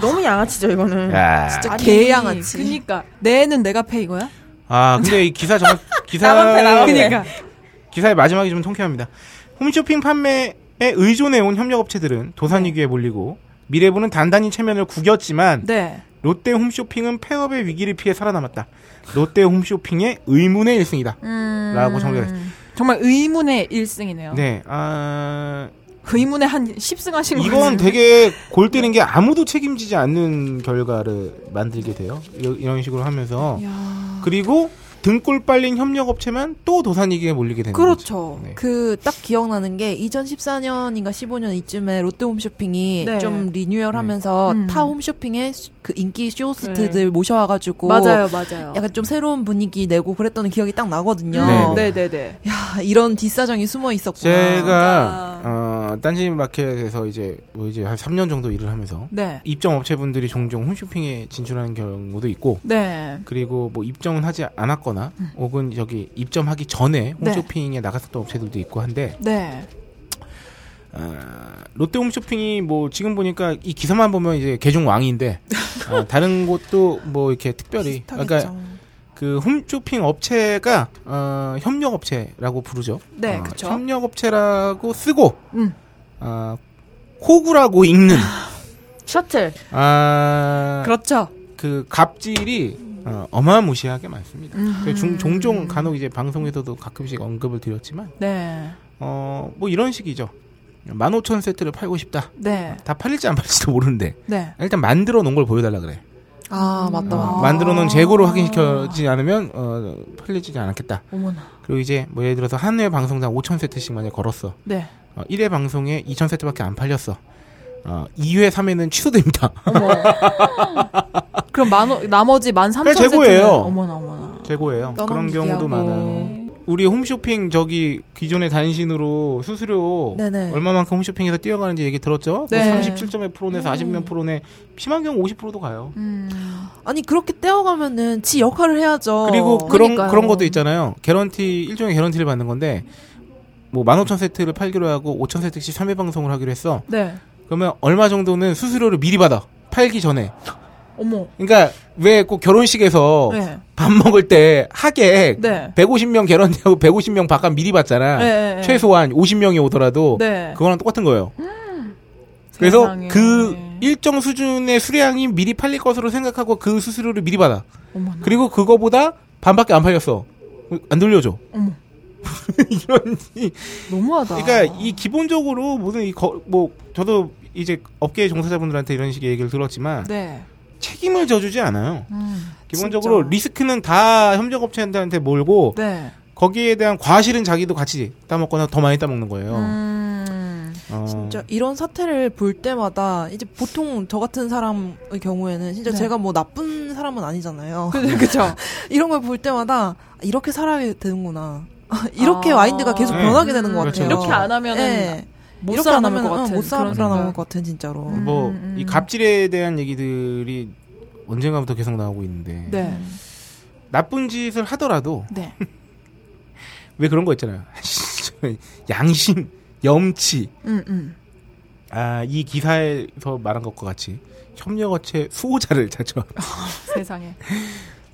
G: 너무 양아치죠 이거는.
A: 야.
C: 진짜
B: 아니,
C: 개양아치.
B: 그니까. 내는 내가 패 이거야?
A: 아 근데 이 기사 정 기사 그러니까.
B: 그니까.
A: 기사의 마지막이 좀 통쾌합니다. 홈쇼핑 판매에 의존해온 협력업체들은 도산위기에 몰리고 미래부는 단단히 체면을 구겼지만
B: 네.
A: 롯데 홈쇼핑은 폐업의 위기를 피해 살아남았다. 롯데 홈쇼핑의 의문의 일승이다
B: 음.
A: 라고 정리했습니다.
B: 정말 의문의 1승이네요.
A: 네, 아,
B: 의문의 한 10승 하신 거
A: 이건
B: 같은데.
A: 되게 골 때린 게 아무도 책임지지 않는 결과를 만들게 돼요. 이- 이런 식으로 하면서.
B: 이야.
A: 그리고 등골 빨린 협력업체만 또 도산위기에 몰리게 되는 거죠.
B: 그렇죠.
A: 네.
C: 그 딱 기억나는 게 2014년인가 15년 이쯤에 롯데홈쇼핑이
B: 네.
C: 좀 리뉴얼하면서
B: 음. 네.
C: 타 홈쇼핑에 수- 그 인기 쇼호스트들 모셔와가지고
B: 맞아요, 맞아요.
C: 약간 좀 새로운 분위기 내고 그랬던 기억이 딱 나거든요.
A: 네.
B: 네, 네, 네.
C: 야 이런 뒷사정이 숨어 있었구나.
A: 제가 어, 딴지 마켓에서 이제 뭐 이제 한 3년 정도 일을 하면서
B: 네.
A: 입점 업체분들이 종종 홈쇼핑에 진출하는 경우도 있고
B: 네.
A: 그리고 뭐 입점은 하지 않았거나 혹은 저기 입점하기 전에
B: 음. 네.
A: 홈쇼핑에 나갔었던 업체들도 있고 한데
B: 네.
A: 아, 롯데 홈쇼핑이 뭐 지금 보니까 이 기사만 보면 이제 개중 왕인데 아, 다른 곳도 뭐 이렇게 특별히 그러니까 그 홈쇼핑 업체가 어, 협력 업체라고 부르죠.
B: 네,
A: 아,
B: 그쵸.
A: 협력 업체라고 쓰고
B: 음.
A: 아, 코구라고 읽는
D: 셔틀
A: 아,
B: 그렇죠.
A: 그 갑질이 어, 어마무시하게 많습니다.
C: 음.
A: 그래서 중- 종종 간혹 이제 방송에서도 가끔씩 언급을 드렸지만
B: 네.
A: 어, 뭐 이런 식이죠. 15,000 세트를 팔고 싶다.
B: 네.
A: 다 팔릴지 안 팔릴지도 모르는데 아,
B: 네.
A: 일단 만들어 놓은 걸 보여달라 그래.
C: 아 맞다. 맞다.
A: 어, 만들어 놓은 재고로 확인시켜지 않으면 어, 팔리지 않았겠다.
B: 어머나.
A: 그리고 이제 뭐 예를 들어서 한 회 방송당 5,000 세트씩 만약 걸었어.
B: 네.
A: 어, 1회 방송에 2,000 세트밖에 안 팔렸어. 어, 2회, 3회는 취소됩니다.
B: 그럼 만 원- 나머지 만 삼천
A: 그래, 재고예요.
B: 어머나 어머나.
A: 재고예요. 그런
C: 떠넘기하고.
A: 경우도 많아요. 우리 홈쇼핑 저기 기존의 단신으로 수수료
C: 네네.
A: 얼마만큼 홈쇼핑에서 뛰어가는지 얘기 들었죠?
B: 네.
A: 뭐 37점의 프로에서 40몇 프로네 심한 경우 50%도 가요.
B: 음.
C: 아니 그렇게 떼어가면은 지 역할을 해야죠.
A: 그리고 그런
C: 그러니까요.
A: 그런 것도 있잖아요. 개런티 일종의 개런티를 받는 건데 뭐 15,000 세트를 팔기로 하고 5,000 세트씩 3회 방송을 하기로 했어.
B: 네.
A: 그러면 얼마 정도는 수수료를 미리 받아. 팔기 전에.
B: 어머.
A: 그러니까 왜 꼭 결혼식에서
B: 네.
A: 밥 먹을 때 하객
B: 네. 150명.
A: 150명 개런티하고 150명 바깥 미리 봤잖아.
B: 네, 네.
A: 최소한 50명이 오더라도
B: 네.
A: 그거랑 똑같은 거예요. 그래서
B: 세상에.
A: 그 일정 수준의 수량이 미리 팔릴 것으로 생각하고 그 수수료를 미리 받아.
B: 어머나.
A: 그리고 그거보다 반밖에 안 팔렸어. 안 돌려줘.
B: 어머.
A: 이런. 이-
B: 너무하다.
A: 그러니까 이 기본적으로 무슨 이 거- 뭐 저도 이제 업계 종사자분들한테 이런 식의 얘기를 들었지만
B: 네.
A: 책임을 져주지 않아요.
B: 음.
A: 기본적으로
B: 진짜.
A: 리스크는 다 협력업체한테 몰고
B: 네.
A: 거기에 대한 과실은 자기도 같이 따먹거나 더 많이 따먹는 거예요.
B: 음.
A: 어,
C: 진짜 이런 사태를 볼 때마다 이제 보통 저 같은 사람의 경우에는 진짜
B: 네.
C: 제가 뭐 나쁜 사람은 아니잖아요.
B: 그, 그쵸.
C: 이런 걸 볼 때마다 이렇게 살아야 되는구나. 이렇게
B: 아.
C: 마인드가 계속
A: 네.
C: 변하게 되는 것
A: 그렇죠.
C: 같아요. 네.
A: 이렇게 안
B: 하면은 못
C: 이렇게 안
B: 살아남을
C: 하면은,
B: 것
C: 응,
B: 같은.
C: 못
B: 그런
C: 살아남을
B: 생각.
C: 것 같은 진짜로.
A: 뭐,
B: 음, 음.
A: 이 갑질에 대한 얘기들이 언젠가부터 계속 나오고 있는데,
B: 네.
A: 나쁜 짓을 하더라도
B: 네.
A: 왜 그런 거 있잖아요. 양심, 염치.
B: 음, 음.
A: 아, 이 기사에서 말한 것과 같이 협력업체 수호자를 찾죠.
B: 세상에.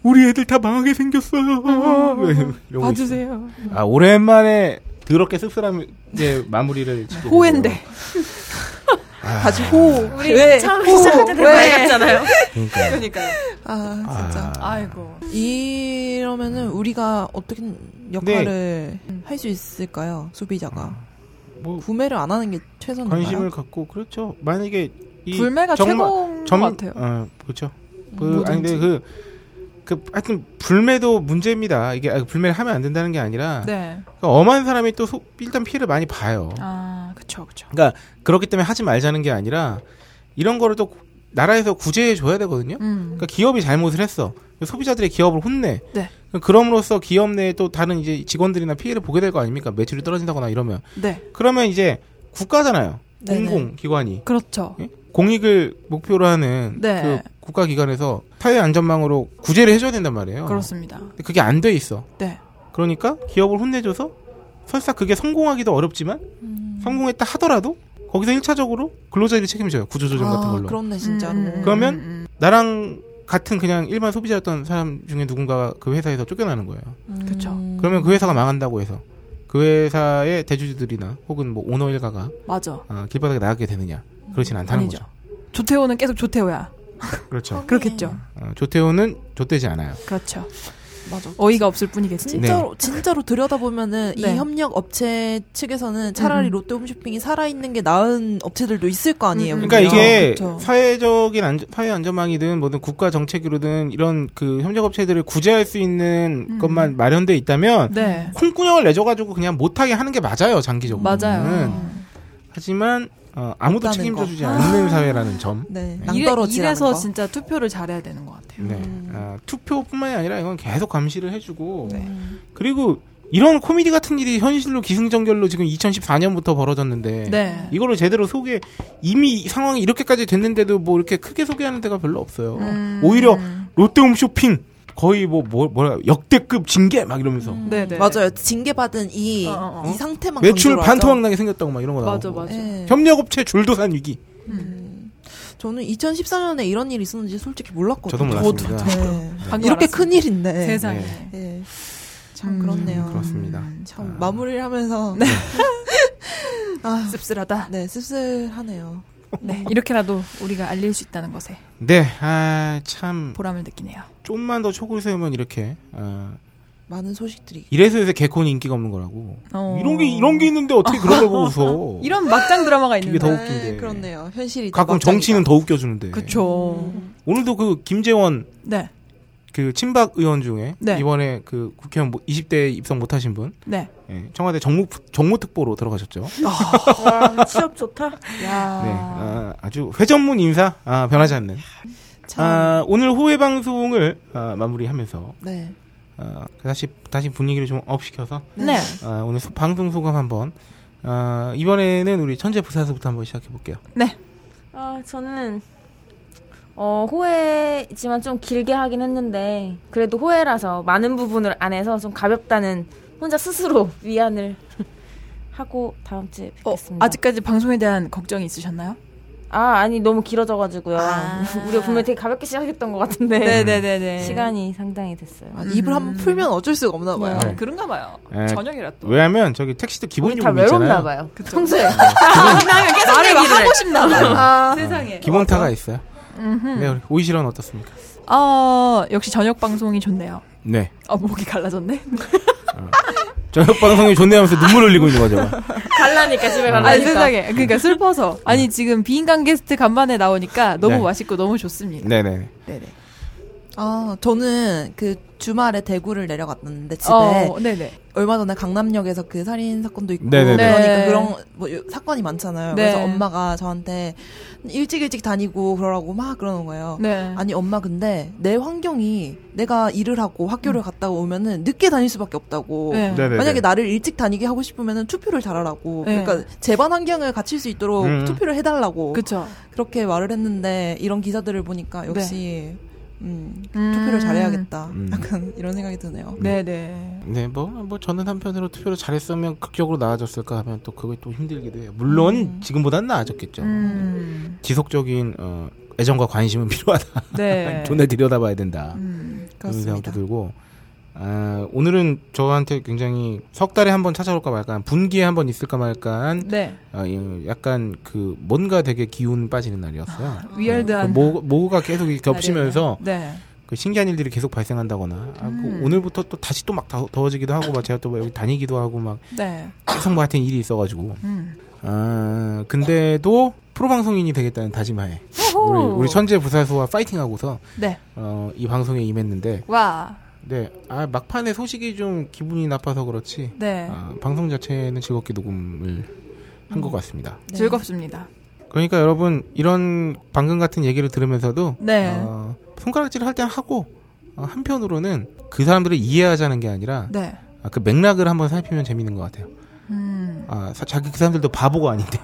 A: 우리 애들 다 망하게 생겼어요. 이러고 있어요.
B: 음, 봐주세요.
A: 아, 오랜만에 더럽게 씁쓸하게 마무리를 짓게
B: 호엔데.
A: 되네요. 아.
B: 다시 호.
F: 우리
B: 왜?
F: 처음
B: 호.
F: 시작할 때
B: 왜?
F: 같잖아요.
A: 그러니까.
C: 아, 진짜.
A: 아.
B: 아이고.
C: 이러면은 우리가 어떻게 역할을 할 수 있을까요? 소비자가.
A: 네. 뭐
C: 구매를 안 하는 게 최선인가요?
A: 관심을 갖고 그렇죠. 만약에 이
B: 불매가
A: 정말-
B: 최고인
A: 점-
B: 것 같아요.
A: 어, 그렇죠. 그,
B: 뭐든지.
A: 아니 근데 그, 그 하여튼 불매도 문제입니다. 이게 아, 불매를 하면 안 된다는 게 아니라
B: 네.
A: 그 엄한 사람이 또 소- 일단 피해를 많이 봐요.
B: 아, 그쵸, 그쵸.
A: 그러니까 그렇기 때문에 하지 말자는 게 아니라 이런 거를 또 구- 나라에서 구제해 줘야 되거든요.
B: 음.
A: 그러니까 기업이 잘못을 했어. 소비자들의 기업을 혼내.
B: 네.
A: 그럼으로써 기업 내에 또 다른 이제 직원들이나 피해를 보게 될 거 아닙니까? 매출이 떨어진다거나 이러면.
B: 네.
A: 그러면 이제 국가잖아요.
C: 네네.
A: 공공기관이.
B: 그렇죠.
A: 예? 공익을 목표로 하는
B: 네.
A: 그 국가기관에서 사회안전망으로 구제를 해줘야 된단 말이에요.
B: 그렇습니다.
A: 근데 그게 안 돼 있어.
B: 네.
A: 그러니까 기업을 혼내줘서 설사 그게 성공하기도 어렵지만
B: 음.
A: 성공했다 하더라도 거기서 1차적으로 근로자들이 책임져요. 구조조정
B: 아,
A: 같은 걸로.
C: 그렇네 진짜로.
B: 음, 음,
A: 그러면
B: 음, 음.
A: 나랑 같은 그냥 일반 소비자였던 사람 중에 누군가가 그 회사에서 쫓겨나는 거예요.
B: 그쵸.
C: 음,
A: 그러면
B: 음.
A: 그 회사가 망한다고 해서 그 회사의 대주주들이나 혹은 뭐 오너 일가가
B: 맞아.
A: 아, 길바닥에 나가게 되느냐. 그렇진 않다는
B: 아니죠.
A: 거죠.
B: 조태호는 계속 조태호야.
A: 그렇죠.
B: 그렇겠죠.
A: 어, 조태호는 좆되지 않아요.
B: 그렇죠.
C: 맞아.
B: 어이가 없을 뿐이겠지.
A: 네.
C: 진짜로 진짜로 들여다보면은
B: 네.
C: 이 협력 업체 측에서는 차라리
B: 음.
C: 롯데 홈쇼핑이 살아 있는 게 나은 업체들도 있을 거 아니에요.
B: 음, 음.
A: 그러니까
C: 그죠?
A: 이게
C: 그쵸.
A: 사회적인 안전, 사회 안전망이든 뭐든 국가 정책으로든 이런 그 협력업체들을 구제할 수 있는
B: 음.
A: 것만 마련돼 있다면
B: 네.
A: 콩꾸녕을 내줘가지고 그냥 못하게 하는 게 맞아요 장기적으로.
B: 맞아요.
A: 하지만 어, 아무도
C: 없다는
A: 책임져주지
C: 거.
B: 아.
A: 않는 사회라는 점.
C: 네.
B: 이래,
C: 낭떠러지라는
B: 이래서
C: 거.
B: 진짜 투표를 잘해야 되는 것 같아요.
A: 네. 아, 투표뿐만이 아니라 이건 계속 감시를 해주고
B: 네.
A: 그리고 이런 코미디 같은 일이 현실로 기승전결로 지금 2014년부터 벌어졌는데
B: 네.
A: 이거를 제대로 소개 이미 상황이 이렇게까지 됐는데도 뭐 이렇게 크게 소개하는 데가 별로 없어요.
B: 음.
A: 오히려 롯데홈 쇼핑 거의 뭐, 뭐 뭐라 역대급 징계 막 이러면서
C: 음.
B: 네, 네.
C: 맞아요. 징계받은 이,
B: 어, 어, 어.
C: 이
A: 음.
C: 상태만
A: 매출
C: 강조를 하죠.
A: 반토막나게 생겼다고 막 이런 거
B: 맞아,
A: 나오고
B: 맞아.
C: 예.
A: 협력업체 줄도산 위기
C: 저는 2014년에 이런 일이 있었는지 솔직히 몰랐거든요.
A: 저도 몰랐습니다.
C: 저도, 네.
B: 방금 네.
C: 이렇게
B: 알았어요.
C: 큰 일인데.
B: 세상에.
C: 예. 참
B: 음,
C: 그렇네요.
A: 그렇습니다. 아. 네.
C: 참 마무리를 하면서 아,
B: 씁쓸하다.
C: 네 씁쓸하네요.
B: 네. 이렇게라도 우리가 알릴 수 있다는 것에
A: 네, 아, 참,
B: 보람을 느끼네요.
A: 좀만 더 촉을 세우면 이렇게, 아,
C: 많은 소식들이
A: 이래서 요새 개콘이 인기가 없는 거라고.
B: 어.
A: 이런 게, 이런 게 있는데 어떻게 그런 걸 보고 웃어.
B: 이런 막장 드라마가
A: 이게
B: 있는데.
A: 더 웃긴데.
C: 네, 그렇네요. 현실이
A: 가끔
C: 막장이다.
A: 정치는 더 웃겨주는데.
B: 그쵸.
A: 오늘도 그 김재원,
B: 네.
A: 그 친박 의원 중에,
B: 네. 이번에
A: 이번에 그 국회의원 20대 입성 못하신 분,
B: 네.
A: 예, 청와대 정무, 정무특보로 들어가셨죠.
G: 와, 취업 좋다.
B: 야.
A: 네, 아, 아주 회전문 인사, 아, 변하지 않는.
C: 참,
A: 아, 오늘 후회 방송을 아, 마무리하면서,
C: 네.
A: 아, 다시, 다시 분위기를 좀 업시켜서,
B: 네.
A: 아, 오늘 소- 방송 소감 한번. 아, 이번에는 우리 천재 부사수부터 한번 시작해 볼게요.
D: 아, 저는 어, 호해지만 좀 길게 하긴 했는데 그래도 호해라서 많은 부분을 안 해서 좀 가볍다는 혼자 스스로 위안을 하고 다음 주에
B: 어,
D: 뵙겠습니다.
B: 아직까지 방송에 대한 걱정이 있으셨나요?
D: 아, 아니 너무 길어져 가지고요.
B: 아.
D: 우리가 분명히 되게 가볍게 시작했던 것 같은데
B: 네네네네.
D: 시간이 상당히 됐어요.
C: 아, 입을 한번 풀면 어쩔 수가 없나 봐요.
A: 네.
B: 그런가 봐요.
A: 예.
B: 저녁이라 또.
A: 왜냐면 저기 택시도
D: 우리
A: 기본
D: 다
A: 요금
D: 외롭나
A: 있잖아요.
D: 봐요.
B: 평소에. 왜냐면 계속 말을 어. 막 하고 싶나 봐. 아. 세상에.
A: 기본 타가 있어요. 네, 우리 오이시런 어떻습니까?
B: 어, 역시 저녁 방송이 좋네요.
A: 네.
B: 어, 목이 갈라졌네.
A: 저녁 방송이 좋네 하면서 눈물 흘리고 있는 거죠. 뭐.
D: 갈라니까 집에 갈라니까.
B: 아니, 세상에. 그러니까 슬퍼서. 아니, 지금 비인간 게스트 간만에 나오니까 너무
A: 네.
B: 맛있고 너무 좋습니다.
A: 네, 네.
B: 네네.
C: 아 저는 그 주말에 대구를 내려갔는데 음, 집에
B: 어, 네네.
C: 얼마 전에 강남역에서 그 살인 사건도 있고
A: 네네네.
B: 네.
C: 그러니까 그런 뭐 요- 사건이 많잖아요.
B: 네.
C: 그래서 엄마가 저한테 일찍 일찍 다니고 그러라고 막 그러는 거예요.
B: 네.
C: 아니 엄마 근데 내 환경이 내가 일을 하고 학교를 갔다 오면은 늦게 다닐 수밖에 없다고.
B: 네.
A: 네, 네.
C: 만약에 나를 일찍 다니게 하고 싶으면은 투표를 잘하라고.
B: 네.
C: 그러니까 제반 환경을 갖출 수 있도록
A: 음.
C: 투표를 해달라고.
B: 그쵸.
C: 그렇게 말을 했는데 이런 기사들을 보니까 역시
B: 네.
C: 음,
B: 음.
C: 투표를 잘해야겠다.
A: 음.
C: 약간 이런 생각이 드네요.
B: 네네.
A: 네, 뭐, 뭐 저는 한편으로 투표를 잘했으면 극적으로 나아졌을까 하면 또 그게 또 힘들기도 해요. 물론
C: 음.
A: 지금보단 나아졌겠죠.
B: 음.
A: 지속적인 어, 애정과 관심은 필요하다.
B: 네.
A: 존나 들여다봐야 된다.
B: 음.
A: 그런 생각도
C: 그렇습니다.
A: 들고 아, 오늘은 저한테 굉장히 석 달에 한 번 찾아올까 말까 한 분기에 한 번 있을까 말까 한
B: 네.
A: 어, 이- 약간 그 뭔가 되게 기운 빠지는 날이었어요.
C: 아,
B: 위얼드한.
A: 그 모, 모가 계속 이렇게 겹치면서
B: 네.
A: 그 신기한 일들이 계속 발생한다거나 아, 그
B: 음.
A: 오늘부터 또 다시 또 막 더워지기도 하고 막 제가 또뭐 여기 다니기도 하고 막
B: 네.
A: 계속 뭐 하여튼 일이 있어가지고
B: 음.
A: 아 근데도 프로 방송인이 되겠다는 다짐하에 우리, 우리 천재 부사수와 파이팅하고서
B: 네.
A: 어, 이 방송에 임했는데
B: 와.
A: 네, 아 막판에 소식이 좀 기분이 나빠서 그렇지.
B: 네.
A: 아, 방송 자체는 즐겁게 녹음을 한 것 같습니다.
B: 네. 즐겁습니다.
A: 그러니까 여러분 이런 방금 같은 얘기를 들으면서도
B: 네.
A: 어, 손가락질을 할 때 하고 어, 한편으로는 그 사람들을 이해하자는 게 아니라
B: 네.
A: 아, 그 맥락을 한번 살피면 재밌는 것 같아요.
B: 음.
A: 아, 사- 자기 그 사람들도 바보가 아닌데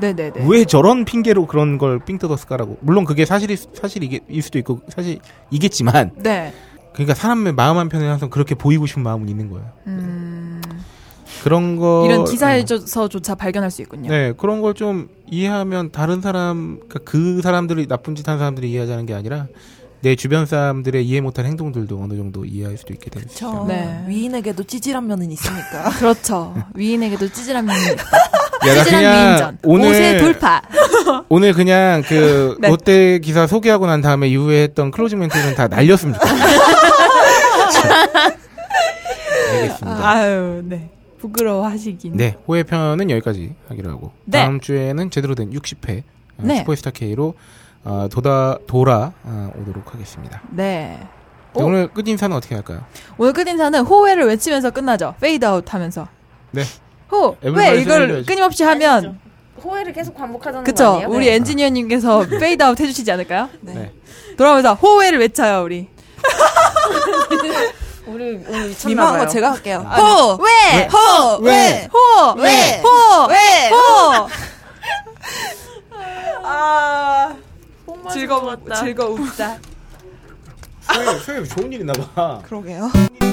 B: 네네네.
A: 왜 저런 핑계로 그런 걸 삥 뜯었을까라고. 물론 그게 사실이 사실 이게 일 수도 있고 사실 이겠지만
B: 네.
A: 그러니까 사람의 마음 한편에 항상 그렇게 보이고 싶은 마음은 있는 거예요.
B: 음.
A: 그런 거
B: 이런 기사에서조차 발견할 수 있군요.
A: 어, 네 그런 걸 좀 이해하면 다른 사람 그러니까 그 사람들이 나쁜 짓 한 사람들이 이해하자는 게 아니라 내 주변 사람들의 이해 못한 행동들도 어느 정도 이해할 수도 있게 되는
C: 저
B: 네.
C: 위인에게도 찌질한 면은 있으니까.
B: 그렇죠. 위인에게도 찌질한 면이
A: 야,
B: 찌질한 위인전.
A: 오늘 네.
B: 옷의 돌파.
A: 오늘 그냥 그
B: 네.
A: 롯데 기사 소개하고 난 다음에 이후에 했던 클로징 멘트는 다 날렸으면 좋겠어요. 자, 알겠습니다.
B: 아유, 네. 부끄러워하시긴.
A: 네 호의 편은 여기까지 하기로 하고
B: 네.
A: 다음 주에는 제대로 된 60회 어,
B: 네.
A: 슈퍼스타 K로 어, 도다 돌아 어, 오도록 하겠습니다.
B: 네.
A: 네, 오늘 끝 인사는 어떻게 할까요?
B: 오늘 끝 인사는 호회를 외치면서 끝나죠. 페이드아웃 하면서.
A: 네.
B: 호. 왜
A: everybody's
B: 이걸
A: everybody's.
B: 끊임없이 하면
D: 호해를 계속 반복하자는 거
B: 그쵸?
D: 아니에요?
B: 우리 엔지니어님께서 페이드아웃 해주시지 않을까요?
A: 네.
B: 돌아오면서 호회를 외쳐요 우리.
D: 우리 오늘
C: 민망한
D: 미쳤나봐요.
C: 거 제가 할게요.
B: 호. 왜? 호.
A: 왜?
B: 호.
C: 왜?
B: 호.
C: 왜?
B: 호. 아. 즐거웠다. 즐거웠다.
A: 소영, 소영 좋은 일 있나 봐.
C: 그러게요.